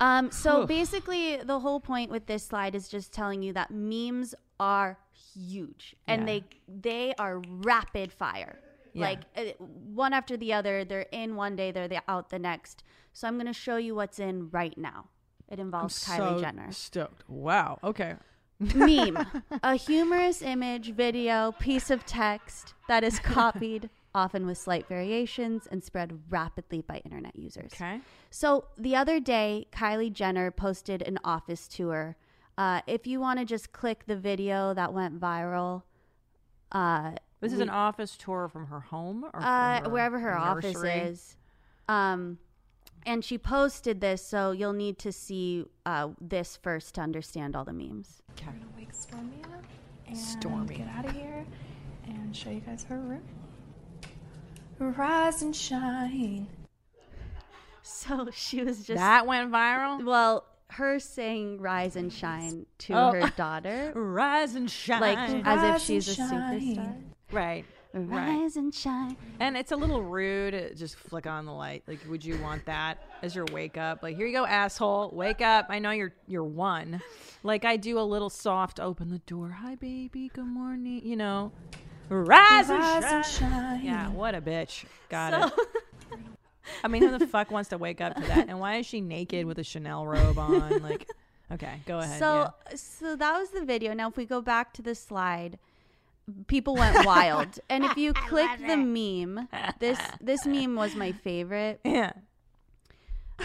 Speaker 4: Um, so
Speaker 3: Whew.
Speaker 4: basically, the whole point with this slide is just telling you that memes are huge and
Speaker 3: Yeah.
Speaker 4: they they are rapid fire.
Speaker 3: Yeah.
Speaker 4: Like uh, one after the other, they're in one day, they're the, out the next. So I'm going to show you what's in right now. It involves Kylie
Speaker 3: so *laughs*
Speaker 4: Jenner.
Speaker 3: Stoked. Wow. Okay.
Speaker 4: Meme, a humorous image, video, piece of text that
Speaker 3: *laughs*
Speaker 4: is copied, often with slight variations, and spread rapidly by internet users.
Speaker 3: Okay.
Speaker 4: So the other day, Kylie Jenner posted an office tour. Uh, if you want to just click the video that went viral, uh,
Speaker 3: This is
Speaker 4: we-
Speaker 3: an office tour from her home or from
Speaker 4: uh, wherever her office
Speaker 3: nursery?
Speaker 4: is, um, and she posted this, so you'll need to see uh, this first to understand all the memes. *laughs*
Speaker 3: Okay.
Speaker 10: wake Stormy up and
Speaker 3: Stormy.
Speaker 10: get out of here and show you guys her room. Rise and shine.
Speaker 4: So she was just
Speaker 3: that went viral.
Speaker 4: well, her saying "Rise and Shine" to
Speaker 3: Oh.
Speaker 4: her
Speaker 3: *laughs*
Speaker 4: daughter,
Speaker 3: Rise and shine.
Speaker 4: like as if
Speaker 10: Rise
Speaker 4: she's a
Speaker 10: and shine.
Speaker 4: superstar.
Speaker 3: right. Right.
Speaker 4: Rise and shine.
Speaker 3: And it's a little rude. uh, Just flick on the light. Like, would you want that as your wake up? Like, here you go, asshole. Wake up. I know you're you're one. Like, I do a little soft. Open the door. Hi, baby. Good morning. You know, Rise,
Speaker 10: Rise
Speaker 3: and, shine.
Speaker 10: and shine.
Speaker 3: Yeah, what a bitch. Got it. *laughs* I mean, who the fuck wants to wake up to that? And why is she naked with a Chanel robe on? Like, okay, go ahead.
Speaker 4: So so that was the video. Now if we go back to the slide, people
Speaker 3: *laughs*
Speaker 4: went wild. and if you click the meme, this this meme was my favorite.
Speaker 3: Yeah.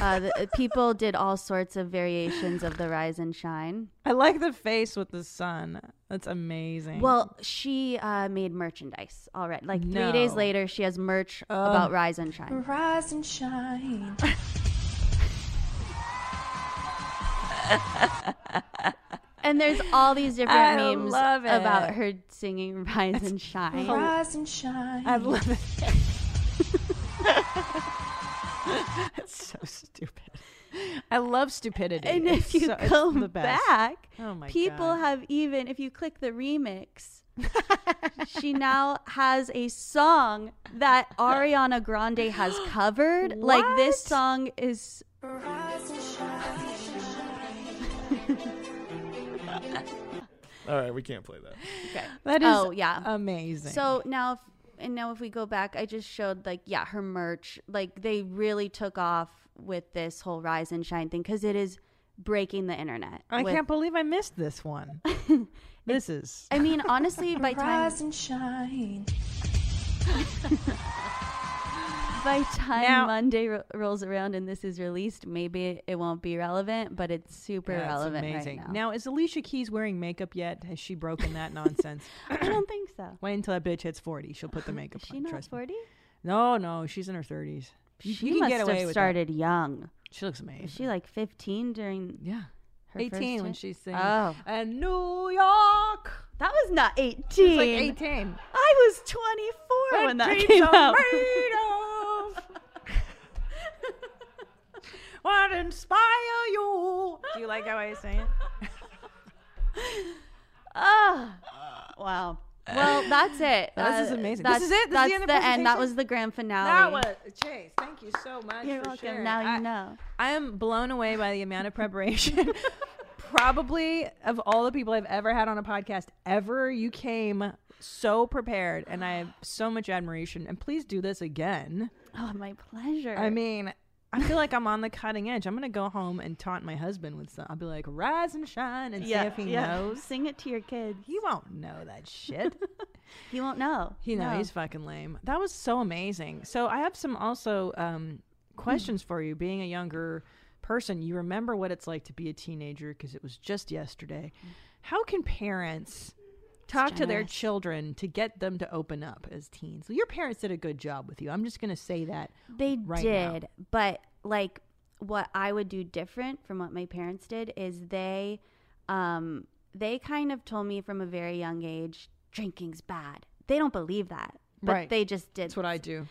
Speaker 4: Uh, the, uh, people did all sorts of variations of the rise and shine.
Speaker 3: I like the face with the sun. That's amazing.
Speaker 4: Well, she uh, made merchandise already. Like three days
Speaker 3: No.
Speaker 4: later, she has merch
Speaker 3: Oh.
Speaker 4: about rise and shine.
Speaker 10: Rise and shine.
Speaker 4: And there's
Speaker 3: *laughs*
Speaker 4: all these different
Speaker 3: I
Speaker 4: memes
Speaker 3: love it.
Speaker 4: about her singing *laughs* rise and shine.
Speaker 3: Oh.
Speaker 10: Rise and shine.
Speaker 3: I love
Speaker 4: *laughs*
Speaker 3: it. it's so stupid. I love stupidity.
Speaker 4: And
Speaker 3: It's
Speaker 4: if you
Speaker 3: so- it's
Speaker 4: come
Speaker 3: the best.
Speaker 4: back,
Speaker 3: Oh my
Speaker 4: people
Speaker 3: God.
Speaker 4: have even, if you click
Speaker 3: *laughs*
Speaker 4: the remix, she now has a song
Speaker 3: *laughs*
Speaker 4: that Ariana Grande
Speaker 3: *gasps*
Speaker 4: has covered. Like this
Speaker 3: What?
Speaker 4: song is.
Speaker 5: All right, we can't play that.
Speaker 3: That is
Speaker 4: Oh, yeah.
Speaker 3: amazing.
Speaker 4: So now, if, and now if we go back, I just showed like, yeah, her merch. Like they really took off with this whole rise and shine thing because it is breaking the internet.
Speaker 3: I
Speaker 4: with-
Speaker 3: can't believe I missed this
Speaker 4: *laughs*
Speaker 3: one. this is
Speaker 4: I mean, honestly, by time
Speaker 10: Rise and shine.
Speaker 4: by time
Speaker 3: Now-
Speaker 4: Monday ro- rolls around and this is released, maybe it, it won't be relevant, but it's super
Speaker 3: Yeah, it's
Speaker 4: relevant
Speaker 3: amazing.
Speaker 4: right now.
Speaker 3: Now is Alicia Keys wearing makeup yet? Has she broken
Speaker 4: *laughs*
Speaker 3: that
Speaker 4: *coughs*
Speaker 3: nonsense? *coughs*
Speaker 4: I don't think so.
Speaker 3: Wait until that bitch hits forty. She'll
Speaker 4: *gasps*
Speaker 3: put the makeup
Speaker 4: Is she
Speaker 3: on.
Speaker 4: not
Speaker 3: trust me.
Speaker 4: forty?
Speaker 3: No, no, she's in her thirties. You,
Speaker 4: She
Speaker 3: you can
Speaker 4: must
Speaker 3: get away
Speaker 4: have
Speaker 3: with
Speaker 4: started young.
Speaker 3: That. She looks
Speaker 4: Was
Speaker 3: amazing.
Speaker 4: she like fifteen during?
Speaker 3: yeah,
Speaker 4: Her first
Speaker 3: eighteen when
Speaker 4: hit?
Speaker 3: she's singing.
Speaker 4: Oh.
Speaker 3: and New York.
Speaker 4: That was not eighteen.
Speaker 3: She's like eighteen.
Speaker 4: I was twenty four when that
Speaker 3: dreams
Speaker 4: came
Speaker 3: are
Speaker 4: out. *laughs*
Speaker 3: made of. what inspire you? Do you like how I say it?
Speaker 4: Ah, wow. Well, that's it. Uh,
Speaker 3: This is amazing. This
Speaker 4: that's-
Speaker 3: is it? This is the
Speaker 4: that's
Speaker 3: end of
Speaker 4: That
Speaker 3: presentation?
Speaker 4: was the grand finale.
Speaker 3: That was Chase. Thank you so much.
Speaker 4: You're
Speaker 3: for
Speaker 4: welcome.
Speaker 3: Sharing.
Speaker 4: Now you
Speaker 3: I,
Speaker 4: know.
Speaker 3: I am blown away by the amount of preparation. *laughs* Probably of all the people I've ever had on a podcast ever, you came so prepared, and I have so much admiration. And please do this again.
Speaker 4: Oh, my pleasure.
Speaker 3: I mean, I feel like I'm on the cutting edge. I'm gonna go home and taunt my husband with some. I'll be like, "Rise and shine," and see if he knows.
Speaker 4: Sing it to your kids.
Speaker 3: He won't know that
Speaker 4: *laughs*
Speaker 3: shit.
Speaker 4: He won't know.
Speaker 3: He know
Speaker 4: No.
Speaker 3: he's fucking lame. That was so amazing. So I have some also um, questions for you. Being a younger person, you remember what it's like to be a teenager because it was just yesterday. How can parents talk to their
Speaker 4: generous.
Speaker 3: children to get them to open up as teens? Your parents did a good job with you. I'm just going to say that.
Speaker 4: They
Speaker 3: right now.
Speaker 4: did, but like what I would do different from what my parents did is they um they kind of told me from a very young age drinking's bad. They don't believe that. But
Speaker 3: Right.
Speaker 4: they just did.
Speaker 3: That's what I do.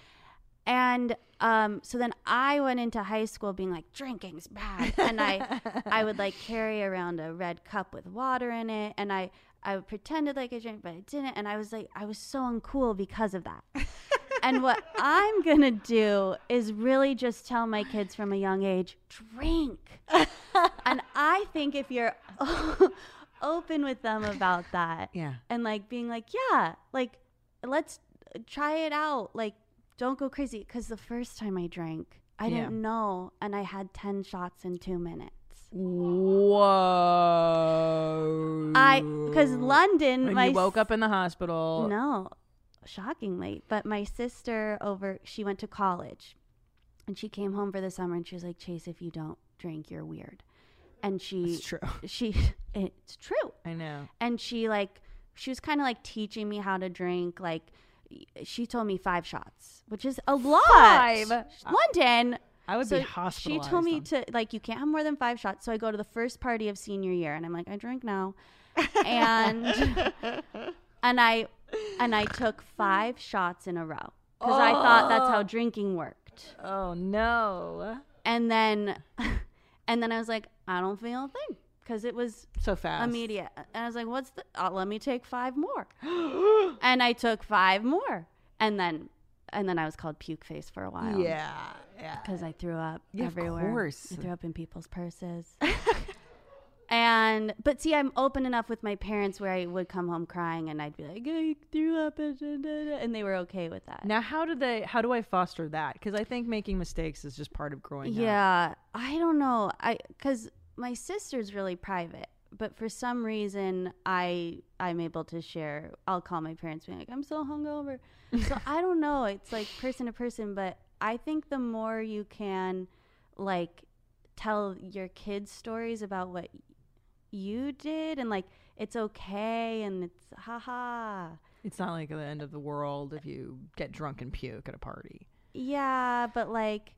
Speaker 4: And um so then I went into high school being like drinking's bad and I I would like carry around a red cup with water in it and I I pretended like I drank but I didn't and I was like I was so uncool because of that. and what I'm gonna do is really just tell my kids from a young age, drink. and I think if you're *laughs* open with them about that,
Speaker 3: Yeah.
Speaker 4: and like being like, yeah, like let's uh, try it out, like don't go crazy, because the first time I drank, I
Speaker 3: Yeah.
Speaker 4: didn't know, and I had ten shots in two minutes.
Speaker 3: Whoa.
Speaker 4: I because London,
Speaker 3: And
Speaker 4: my
Speaker 3: you woke
Speaker 4: s-
Speaker 3: up in the hospital.
Speaker 4: No, shockingly. But my sister over, she went to college and she came home for the summer and she was like, Chase, if you don't drink, you're weird. And she,
Speaker 3: It's true.
Speaker 4: she, *laughs* it's true.
Speaker 3: I know.
Speaker 4: And she, like, she was kind of like teaching me how to drink. Like, she told me five shots, which is a lot.
Speaker 3: Five?
Speaker 4: London.
Speaker 3: I would
Speaker 4: So
Speaker 3: be hospitalized.
Speaker 4: She told me
Speaker 3: on-
Speaker 4: to like you can't have more than five shots. So I go to the first party of senior year, and I'm like, I drink now,
Speaker 3: *laughs*
Speaker 4: and and I and I took five shots in a row because I thought that's how drinking worked.
Speaker 3: Oh no!
Speaker 4: And then *laughs* and then I was like, I don't feel a thing because it was
Speaker 3: So fast.
Speaker 4: immediate. And I was like, what's the? Uh, let me take
Speaker 3: *gasps*
Speaker 4: five more. and I took five more, and then and then I was called puke face for a while.
Speaker 3: Yeah. Yeah.
Speaker 4: because I threw up
Speaker 3: Yeah, of
Speaker 4: everywhere.
Speaker 3: course. *laughs*
Speaker 4: I threw up in people's purses. And but see, I'm open enough with my parents where I would come home crying and I'd be like, I threw up, and da, da, da," and they were okay with that.
Speaker 3: Now, how do they? How do I foster that? Because I think making mistakes is just part of growing up.
Speaker 4: Yeah, I don't know. I because my sister's really private, but for some reason, I I'm able to share. I'll call my parents, being like, I'm so hungover.
Speaker 3: *laughs*
Speaker 4: so I don't know. It's like person to person, but I think the more you can, like, tell your kids stories about what you did and like it's okay and it's haha.
Speaker 3: It's not like the end of the world if you get drunk and puke at a party.
Speaker 4: Yeah, but like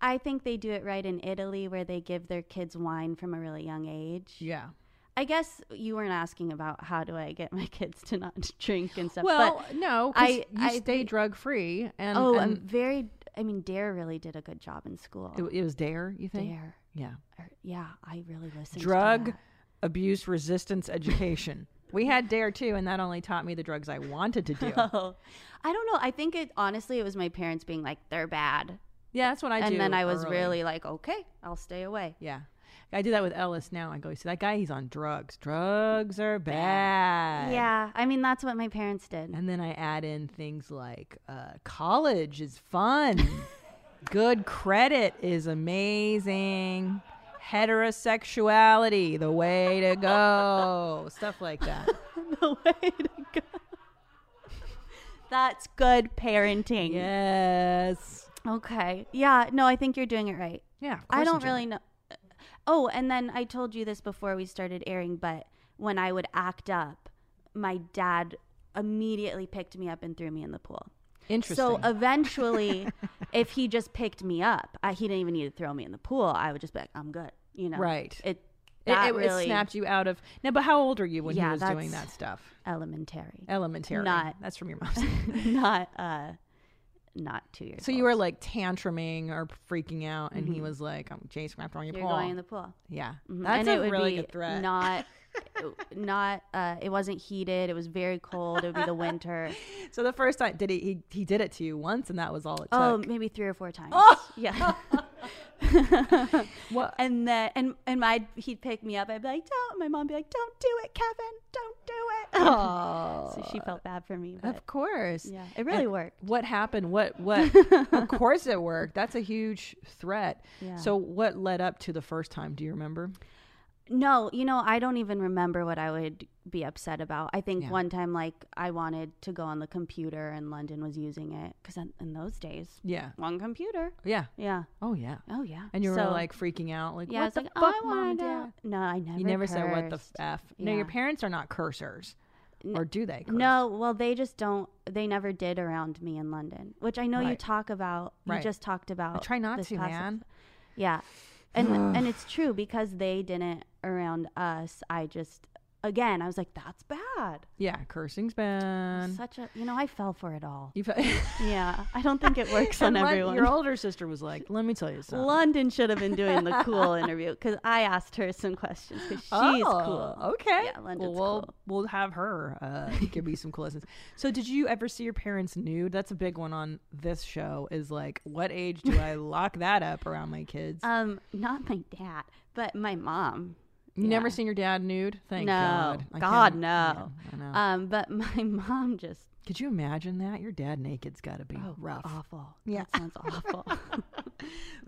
Speaker 4: I think they do it right in Italy where they give their kids wine from a really young age.
Speaker 3: Yeah.
Speaker 4: I guess you weren't asking about how do I get my *laughs* kids to not drink and stuff.
Speaker 3: Well,
Speaker 4: but
Speaker 3: no, 'cause
Speaker 4: I,
Speaker 3: you stay drug free. And
Speaker 4: oh, I'm
Speaker 3: and
Speaker 4: very. I mean, Dare really did a good job in school.
Speaker 3: it, it was dare. You think?
Speaker 4: Dare.
Speaker 3: Yeah.
Speaker 4: Or- yeah, I really listened. to
Speaker 3: Drug
Speaker 4: that. *laughs*
Speaker 3: abuse resistance education. we had dare E too, and that only taught me the drugs I wanted to
Speaker 4: *laughs*
Speaker 3: do.
Speaker 4: Oh. I don't know. I think it honestly, it was my parents being like, "They're bad."
Speaker 3: Yeah, that's what I
Speaker 4: and
Speaker 3: do.
Speaker 4: then I was
Speaker 3: early.
Speaker 4: really like, "Okay, I'll stay away."
Speaker 3: Yeah. I do that with Ellis now. I go, see that guy? He's on drugs. Drugs are bad.
Speaker 4: Yeah, I mean that's what my parents did.
Speaker 3: And then I add in things like uh, college is
Speaker 4: *laughs*
Speaker 3: fun, good credit is amazing, heterosexuality, the way to
Speaker 4: *laughs*
Speaker 3: go, stuff like that. *laughs*
Speaker 4: the way to go. That's good parenting.
Speaker 3: Yes.
Speaker 4: Okay. Yeah. No, I think you're doing it right.
Speaker 3: Yeah. of
Speaker 4: I
Speaker 3: course
Speaker 4: don't
Speaker 3: you do.
Speaker 4: really know. Oh, and then I told you this before we started airing, but when I would act up, my dad immediately picked me up and threw me in the pool.
Speaker 3: Interesting.
Speaker 4: So
Speaker 3: *laughs*
Speaker 4: eventually, if he just picked me up, I, he didn't even need to throw me in the pool. I would just be like, I'm good. You know?
Speaker 3: Right.
Speaker 4: It,
Speaker 3: It,
Speaker 4: that
Speaker 3: it,
Speaker 4: really
Speaker 3: it snapped you out of. Now, but how old are you when
Speaker 4: Yeah,
Speaker 3: he was doing
Speaker 4: that's-
Speaker 3: that stuff? *laughs*
Speaker 4: elementary.
Speaker 3: Elementary.
Speaker 4: Not-
Speaker 3: That's from your mom's.
Speaker 4: not, uh, not two years
Speaker 3: so you were like tantruming or freaking out, and he
Speaker 4: Mhm.
Speaker 3: was like, "I'm Jay Scrapped on your
Speaker 4: You're
Speaker 3: paw."
Speaker 4: going in the pool.
Speaker 3: yeah,
Speaker 4: Mhm.
Speaker 3: that's
Speaker 4: and
Speaker 3: a
Speaker 4: it would
Speaker 3: really
Speaker 4: be
Speaker 3: good threat. *laughs*
Speaker 4: Not, not. Uh, it wasn't heated. It was very cold. It would be
Speaker 3: *laughs*
Speaker 4: the winter.
Speaker 3: So the first time, did he, he? He did it to you once, and that was all it took.
Speaker 4: oh, maybe three or four times.
Speaker 3: Oh! *laughs*
Speaker 4: Yeah. *laughs*
Speaker 3: What- *laughs*
Speaker 4: And then and and my he'd pick me up. I'd be like, don't. My mom would be like, don't do it, Kevin. Don't do it. *laughs* so she felt bad for me. But
Speaker 3: Of course.
Speaker 4: Oh. Yeah, it really
Speaker 3: And
Speaker 4: worked.
Speaker 3: What happened? What
Speaker 4: *laughs*
Speaker 3: what Of course it worked. That's a huge threat.
Speaker 4: Yeah.
Speaker 3: So what led up to the first time? Do you remember?
Speaker 4: no, you know, I don't even remember what I would be upset about. I think
Speaker 3: Yeah.
Speaker 4: one time, like, I wanted to go on the computer, and London was using it because in, in those days,
Speaker 3: Yeah.
Speaker 4: one computer.
Speaker 3: Yeah.
Speaker 4: Yeah.
Speaker 3: Oh yeah.
Speaker 4: Oh yeah.
Speaker 3: And you were
Speaker 4: So-
Speaker 3: like freaking out like
Speaker 4: yeah,
Speaker 3: what
Speaker 4: I was
Speaker 3: the
Speaker 4: like, "Oh,
Speaker 3: fuck
Speaker 4: I
Speaker 3: Mom
Speaker 4: want
Speaker 3: and
Speaker 4: to.
Speaker 3: Dad?
Speaker 4: No, I never.
Speaker 3: you never said what the
Speaker 4: cursed.
Speaker 3: f. No, your
Speaker 4: Yeah.
Speaker 3: parents are not cursors. or do they? Curse?
Speaker 4: No, well, they just don't. They never did around me in London, which I know you
Speaker 3: Right.
Speaker 4: talk about.
Speaker 3: Right.
Speaker 4: You just talked about.
Speaker 3: I try not
Speaker 4: this
Speaker 3: to,
Speaker 4: past-
Speaker 3: man.
Speaker 4: Yeah,
Speaker 3: *sighs*
Speaker 4: and and it's true because they didn't around us. I just again, I was like, that's bad.
Speaker 3: Yeah, cursing's bad.
Speaker 4: Such a you know, I fell for it
Speaker 3: *laughs*
Speaker 4: all. *laughs*
Speaker 3: You fe-
Speaker 4: Yeah, I don't
Speaker 3: *laughs*
Speaker 4: think it works on
Speaker 3: And Lon-
Speaker 4: everyone.
Speaker 3: Your older sister was like, "Let me tell you something."
Speaker 4: London should have been doing the
Speaker 3: *laughs*
Speaker 4: cool interview because I asked her some questions because she's
Speaker 3: oh,
Speaker 4: cool.
Speaker 3: Okay.
Speaker 4: Yeah, London's
Speaker 3: well,
Speaker 4: cool.
Speaker 3: we'll, we'll have her uh, give me some cool lessons. So, did you ever see your parents nude? That's a big one on this show. Is like, what age do I lock that up around my kids?
Speaker 4: Um, not my dad, but my mom.
Speaker 3: you never
Speaker 4: yeah.
Speaker 3: seen your dad nude? Thank
Speaker 4: no,
Speaker 3: God. I
Speaker 4: God,
Speaker 3: can't-
Speaker 4: no.
Speaker 3: yeah, I know.
Speaker 4: Um, but *laughs* my mom just
Speaker 3: Could you imagine that? Your dad naked's got to be
Speaker 4: oh,
Speaker 3: rough.
Speaker 4: awful.
Speaker 3: Yeah.
Speaker 4: that sounds
Speaker 3: *laughs*
Speaker 4: awful.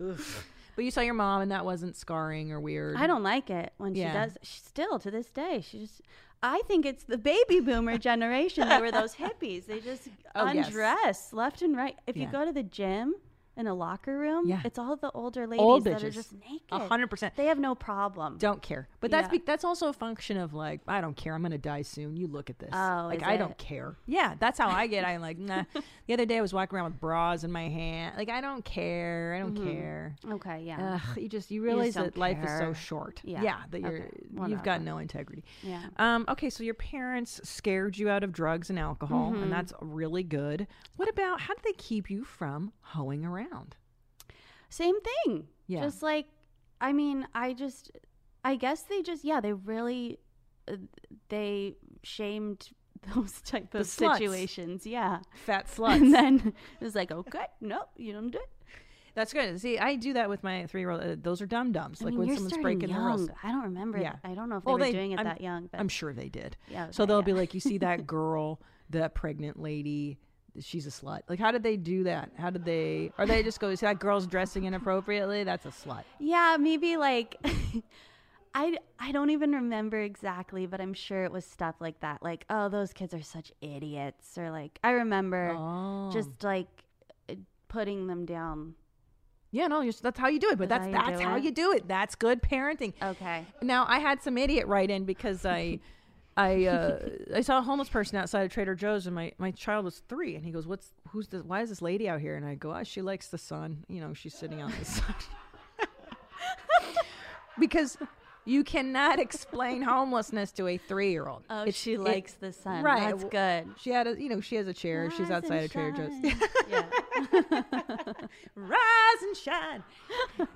Speaker 3: Oof. But you saw your mom, and that wasn't scarring or weird.
Speaker 4: I don't like it when she
Speaker 3: Yeah.
Speaker 4: does. She, still to this day, she just. I think it's the
Speaker 3: *laughs*
Speaker 4: baby boomer generation. They were those hippies. They just
Speaker 3: Oh, yes.
Speaker 4: undress left and right. If
Speaker 3: Yeah.
Speaker 4: you go to the gym in a locker room,
Speaker 3: Yeah.
Speaker 4: it's all the older ladies
Speaker 3: Old
Speaker 4: that are
Speaker 3: bitches.
Speaker 4: just naked.
Speaker 3: A hundred percent.
Speaker 4: They have no problem.
Speaker 3: don't care. But that's
Speaker 4: Yeah.
Speaker 3: be- that's also a function of like I don't care. I'm gonna die soon. You look at this.
Speaker 4: Oh,
Speaker 3: like
Speaker 4: is
Speaker 3: I don't
Speaker 4: it?
Speaker 3: care. Yeah, that's how I get. I'm like
Speaker 4: *laughs*
Speaker 3: nah. The other day I was walking around with bras in my hand. Like I don't care. I don't
Speaker 4: Mm-hmm.
Speaker 3: care.
Speaker 4: Okay, yeah.
Speaker 3: Ugh, you just you realize
Speaker 4: don't
Speaker 3: that life is so
Speaker 4: care.
Speaker 3: short.
Speaker 4: Yeah.
Speaker 3: that you're
Speaker 4: Okay,
Speaker 3: you've got
Speaker 4: whatever.
Speaker 3: no integrity.
Speaker 4: Yeah.
Speaker 3: Um. Okay. So your parents scared you out of drugs and alcohol,
Speaker 4: Mm-hmm.
Speaker 3: and that's really good. What about how did they keep you from hoeing around?
Speaker 4: Same thing.
Speaker 3: Yeah.
Speaker 4: Just like, I mean, I just, I guess they just, yeah, they really, uh, they shamed *laughs* those type
Speaker 3: The
Speaker 4: of
Speaker 3: sluts.
Speaker 4: situations. Yeah. *laughs*
Speaker 3: Fat sluts.
Speaker 4: And then it was like, okay, no, you don't do it.
Speaker 3: That's good. See, I do that with my three year old. Uh, those are dum dums.
Speaker 4: I
Speaker 3: Like
Speaker 4: mean,
Speaker 3: when
Speaker 4: you're
Speaker 3: someone's
Speaker 4: starting
Speaker 3: breaking the rules.
Speaker 4: young. I don't remember th- I don't know if they
Speaker 3: Well,
Speaker 4: were doing it
Speaker 3: I'm-
Speaker 4: that young, but-
Speaker 3: I'm sure they did.
Speaker 4: Yeah,
Speaker 3: So
Speaker 4: okay,
Speaker 3: they'll
Speaker 4: yeah.
Speaker 3: be like, you see
Speaker 4: *laughs*
Speaker 3: that girl, that pregnant lady. She's a slut. Like, how did they do that? How did they? Or they just go, see that girl's dressing inappropriately? That's a slut.
Speaker 4: Yeah, maybe like *laughs* I I don't even remember exactly, but I'm sure it was stuff like that. Like, oh, those kids are such idiots or like I remember
Speaker 3: Oh.
Speaker 4: just like uh, putting them down.
Speaker 3: Yeah, no, you're, that's how you do it. But
Speaker 4: That's
Speaker 3: that's
Speaker 4: how you
Speaker 3: that's
Speaker 4: do
Speaker 3: how
Speaker 4: it? Oh.
Speaker 3: you do it. That's good parenting.
Speaker 4: Okay.
Speaker 3: Now I had some idiot write in because
Speaker 4: *laughs*
Speaker 3: I, I, uh, I saw a homeless person outside of Trader Joe's, and my my child was three, and he goes, "What's who's this? Why is this lady out here?" And I go, "Ah, she likes the sun. You know, she's sitting out in the sun." *laughs* because you cannot explain homelessness to a three year old.
Speaker 4: Oh, she likes the sun. That's
Speaker 3: good. She had a you know she has a chair. She's outside of Trader Joe's. rise and shine. *laughs*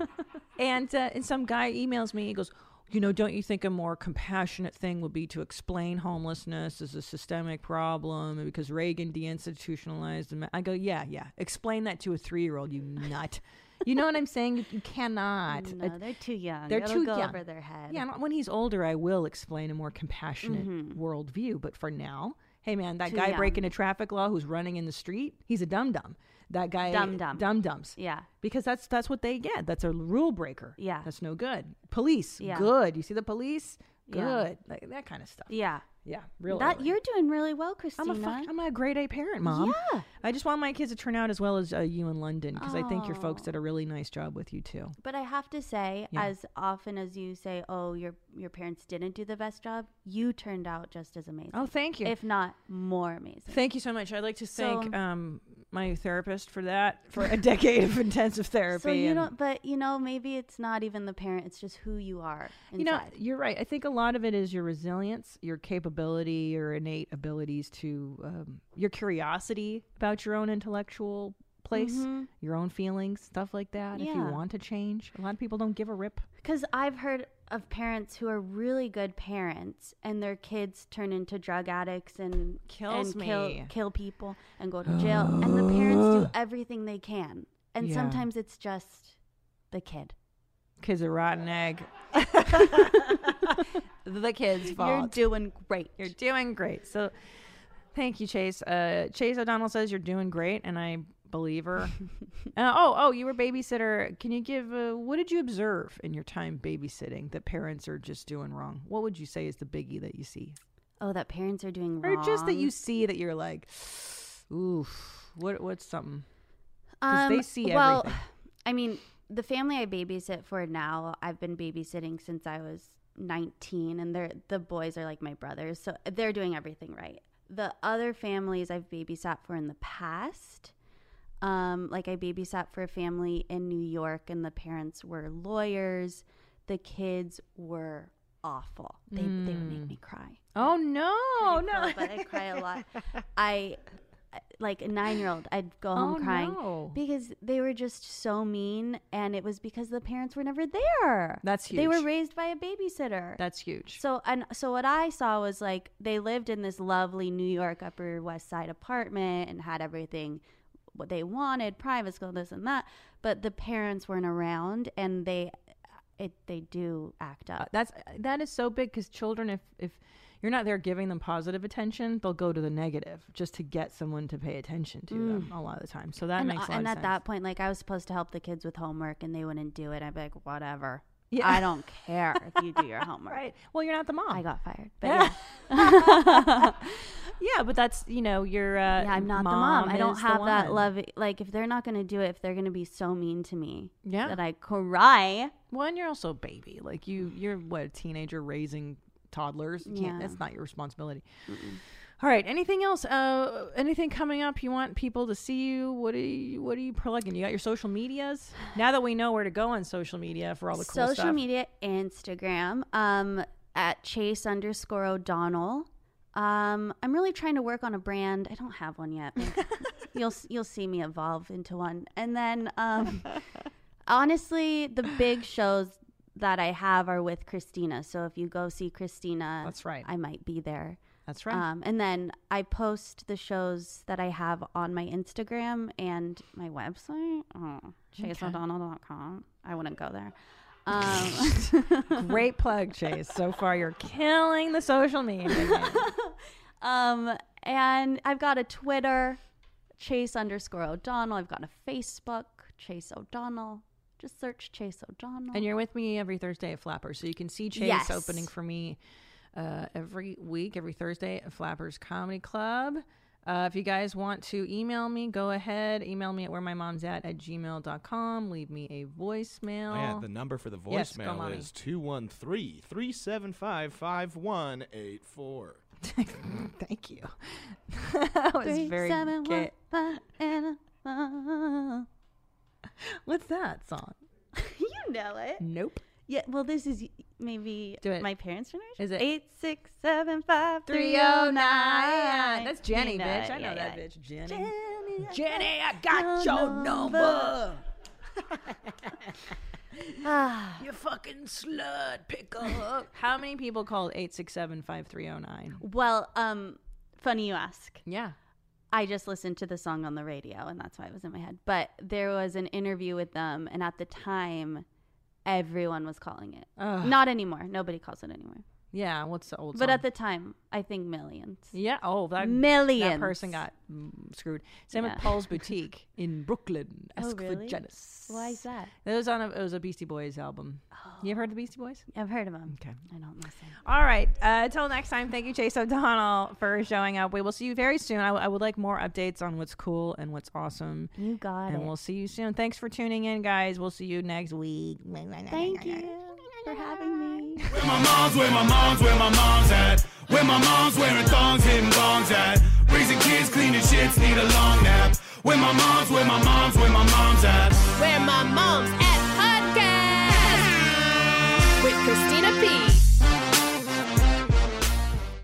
Speaker 3: and uh, and some guy emails me. He goes, you know, don't you think a more compassionate thing would be to explain homelessness as a systemic problem because Reagan deinstitutionalized? Them? I go, yeah, yeah. Explain that to a three-year-old, you nut. You know what I'm saying? You, you
Speaker 4: *laughs*
Speaker 3: cannot. *laughs*
Speaker 4: No,
Speaker 3: It-
Speaker 4: they're too young.
Speaker 3: They're
Speaker 4: It'll
Speaker 3: too
Speaker 4: go
Speaker 3: young.
Speaker 4: over their head.
Speaker 3: Yeah, and when he's older, I will explain a more compassionate worldview. But for now, hey man, that
Speaker 4: Mm-hmm. Too
Speaker 3: guy
Speaker 4: young.
Speaker 3: breaking a traffic law who's running in the street, he's a dum dum. That guy
Speaker 4: Dum-dum.
Speaker 3: dum dums.
Speaker 4: Yeah.
Speaker 3: Because that's that's what they get. That's a rule breaker.
Speaker 4: Yeah.
Speaker 3: That's no good. Police,
Speaker 4: Yeah.
Speaker 3: good. You see the police? Good.
Speaker 4: Yeah.
Speaker 3: Like that kind of stuff.
Speaker 4: Yeah.
Speaker 3: Yeah. Real
Speaker 4: That
Speaker 3: early.
Speaker 4: you're doing really well, Christina.
Speaker 3: I'm a fuck- I'm a grade A parent, mom.
Speaker 4: Yeah.
Speaker 3: I just want my kids to turn out as well as uh, you in London because I think your folks did a really nice job with you too.
Speaker 4: But I have to say,
Speaker 3: Yeah.
Speaker 4: as often as you say, "Oh, your your parents didn't do the best job," you turned out just as amazing.
Speaker 3: Oh, thank you.
Speaker 4: If not more amazing.
Speaker 3: Thank you so much. I'd like to
Speaker 4: So-
Speaker 3: thank um, my therapist for that, for a decade of intensive therapy.
Speaker 4: So you
Speaker 3: and-
Speaker 4: don't, but you know, maybe it's not even the parent; it's just who you are. Inside.
Speaker 3: you know, you're right. I think a lot of it is your resilience, your capability, your innate abilities to, um, your curiosity about your own intellectual place,
Speaker 4: Mhm.
Speaker 3: your own feelings, stuff like that. If you
Speaker 4: Yeah.
Speaker 3: want to change, a lot of people don't give a rip.
Speaker 4: Because I've heard of parents who are really good parents, and their kids turn into drug addicts and
Speaker 3: Kills
Speaker 4: and kill,
Speaker 3: me.
Speaker 4: kill people and
Speaker 3: *gasps*
Speaker 4: go to jail, and the parents do everything they can, and
Speaker 3: Yeah.
Speaker 4: sometimes it's just
Speaker 3: *laughs*
Speaker 4: the kid. *laughs*
Speaker 3: Kids a rotten egg. the kids'
Speaker 4: You're
Speaker 3: fault.
Speaker 4: doing great.
Speaker 3: You're doing great. So thank you, Chase. Uh, Chase O'Donnell says you're doing great, and I believe her. uh, oh, oh, you were babysitter. Can you give, uh, what did you observe in your time babysitting that parents are just doing wrong? What would you say is the biggie that you see?
Speaker 4: Oh, that parents are doing
Speaker 3: Or just that you
Speaker 4: wrong.
Speaker 3: see that you're like, oof, what, what's something? 'Cause they see
Speaker 4: Um, well,
Speaker 3: everything.
Speaker 4: *sighs* I mean, the family I babysit for now, I've been babysitting since I was 19, and they're the boys are like my brothers, so they're doing everything right. The other families I've babysat for in the past, um, like I babysat for a family in New York, and the parents were lawyers. The kids were awful. They, they would make me cry.
Speaker 3: Oh, no, no.
Speaker 4: but I cry
Speaker 3: *laughs*
Speaker 4: a lot. I like a nine year old, I'd go home
Speaker 3: Oh,
Speaker 4: crying
Speaker 3: no.
Speaker 4: because they were just so mean, and it was because the parents were never there.
Speaker 3: That's
Speaker 4: They were
Speaker 3: huge.
Speaker 4: raised by a babysitter.
Speaker 3: That's huge.
Speaker 4: so and so what I saw was like they lived in this lovely New York Upper West Side apartment and had everything what they wanted, private school, this and that, but the parents weren't around, and they it they do act up.
Speaker 3: Uh, that's that is so big because children if if you're not there giving them positive attention they'll go to the negative just to get someone to pay attention to them a lot of the time so that
Speaker 4: Mm. and,
Speaker 3: makes a lot
Speaker 4: uh, and
Speaker 3: of
Speaker 4: at
Speaker 3: sense
Speaker 4: that point, like I was supposed to help the kids with homework, and they wouldn't do it. I'd be like, whatever.
Speaker 3: Yeah.
Speaker 4: I don't care if you
Speaker 3: *laughs*
Speaker 4: do your homework.
Speaker 3: right well you're not the mom
Speaker 4: I got fired. But yeah,
Speaker 3: yeah. *laughs*
Speaker 4: *laughs*
Speaker 3: yeah but that's you know you're uh
Speaker 4: Yeah, I'm not the mom. I don't
Speaker 3: is the
Speaker 4: have that
Speaker 3: one.
Speaker 4: love. Like, if they're not going to do it, if they're going to be so mean to me,
Speaker 3: Yeah.
Speaker 4: that I cry.
Speaker 3: well and you're also a baby like you you're what a teenager raising toddlers you can't
Speaker 4: Mm. Yeah.
Speaker 3: that's not your responsibility All right. Anything else? Uh, anything coming up? You want people to see you? What are you? What are you plugging? You got your social medias. Now that we know where to go on social media for all the cool
Speaker 4: Social
Speaker 3: stuff.
Speaker 4: media, Instagram, um, at Chase underscore O'Donnell. Um, I'm really trying to work on a brand. I don't have one
Speaker 3: *laughs*
Speaker 4: yet. but you'll you'll see me evolve into one. And then, um, honestly, the big shows that I have are with Christina. So if you go see Christina,
Speaker 3: That's right.
Speaker 4: I might be there.
Speaker 3: That's right.
Speaker 4: Um, and then I post the shows that I have on my Instagram and my website, oh, chaseodonnell.com. I wouldn't go there. Um,
Speaker 3: Great plug, Chase. So far, you're killing the social media. game.
Speaker 4: *laughs* um, and I've got a Twitter, Chase underscore O'Donnell. I've got a Facebook, Chase O'Donnell. Just search Chase O'Donnell.
Speaker 3: and you're with me every Thursday at Flapper, so you can see Chase
Speaker 4: Yes.
Speaker 3: opening for me uh, every week, every Thursday at Flappers Comedy Club. Uh, if you guys want to email me, go ahead. Email me at where my mom's at at gmail.com. Leave me a voicemail.
Speaker 5: Oh,
Speaker 3: *laughs*
Speaker 5: yeah, the number for the
Speaker 3: Yes, go,
Speaker 5: voicemail
Speaker 3: mommy.
Speaker 5: is 213 375 5184.
Speaker 3: Thank you. *laughs* that was
Speaker 4: Three,
Speaker 3: very
Speaker 4: seven,
Speaker 3: gay.
Speaker 4: one, five, and a-
Speaker 3: What's that song?
Speaker 4: you know it.
Speaker 3: Nope.
Speaker 4: Yeah, well, this is maybe
Speaker 3: Do it.
Speaker 4: my parents' generation.
Speaker 3: Is it-
Speaker 4: eight six seven five three zero
Speaker 3: 309.
Speaker 4: nine?
Speaker 3: That's oh Jenny,
Speaker 4: You
Speaker 3: bitch.
Speaker 4: it.
Speaker 3: I know
Speaker 4: Yeah,
Speaker 3: that
Speaker 4: yeah.
Speaker 3: bitch, Jenny. Jenny, I got
Speaker 4: your
Speaker 3: your
Speaker 4: number.
Speaker 3: number. *sighs*
Speaker 4: Ah,
Speaker 3: You fucking slut, pick up. *laughs* How many people called 867 5309?
Speaker 4: *sighs* well, um, funny you ask.
Speaker 3: Yeah.
Speaker 4: I just listened to the song on the radio, and that's why it was in my head. But there was an interview with them, and at the time, everyone was calling it.
Speaker 3: Ugh.
Speaker 4: Not anymore. Nobody calls it anymore.
Speaker 3: Yeah, what's the old
Speaker 4: But
Speaker 3: song?
Speaker 4: at the time, I think millions.
Speaker 3: Yeah, oh, that, that
Speaker 4: Millions.
Speaker 3: person got mm, screwed. Same
Speaker 4: Yeah. Oh,
Speaker 3: with
Speaker 4: *laughs*
Speaker 3: Paul's Boutique in Brooklyn. Ask for Janice.
Speaker 4: Why Oh. is that?
Speaker 3: It was on a, it was a Beastie Boys album. You ever heard the Beastie Boys?
Speaker 4: I've heard of them.
Speaker 3: Okay.
Speaker 4: I don't listen.
Speaker 3: All right. Uh, until next time, thank you, Chase O'Donnell, for showing up. We will see you very soon. I, w- I would like more updates on what's cool and what's awesome.
Speaker 4: You got
Speaker 3: and
Speaker 4: it.
Speaker 3: we'll see you soon. Thanks for tuning in, guys. We'll see you next week.
Speaker 4: Thank you for having me.
Speaker 1: Where my mom's, where my mom's, where my mom's at. Where my mom's wearing thongs, hitting bongs at. Raising kids, cleaning shits, need a long nap. Where my mom's, where my mom's, where my mom's at.
Speaker 2: Where my mom's at.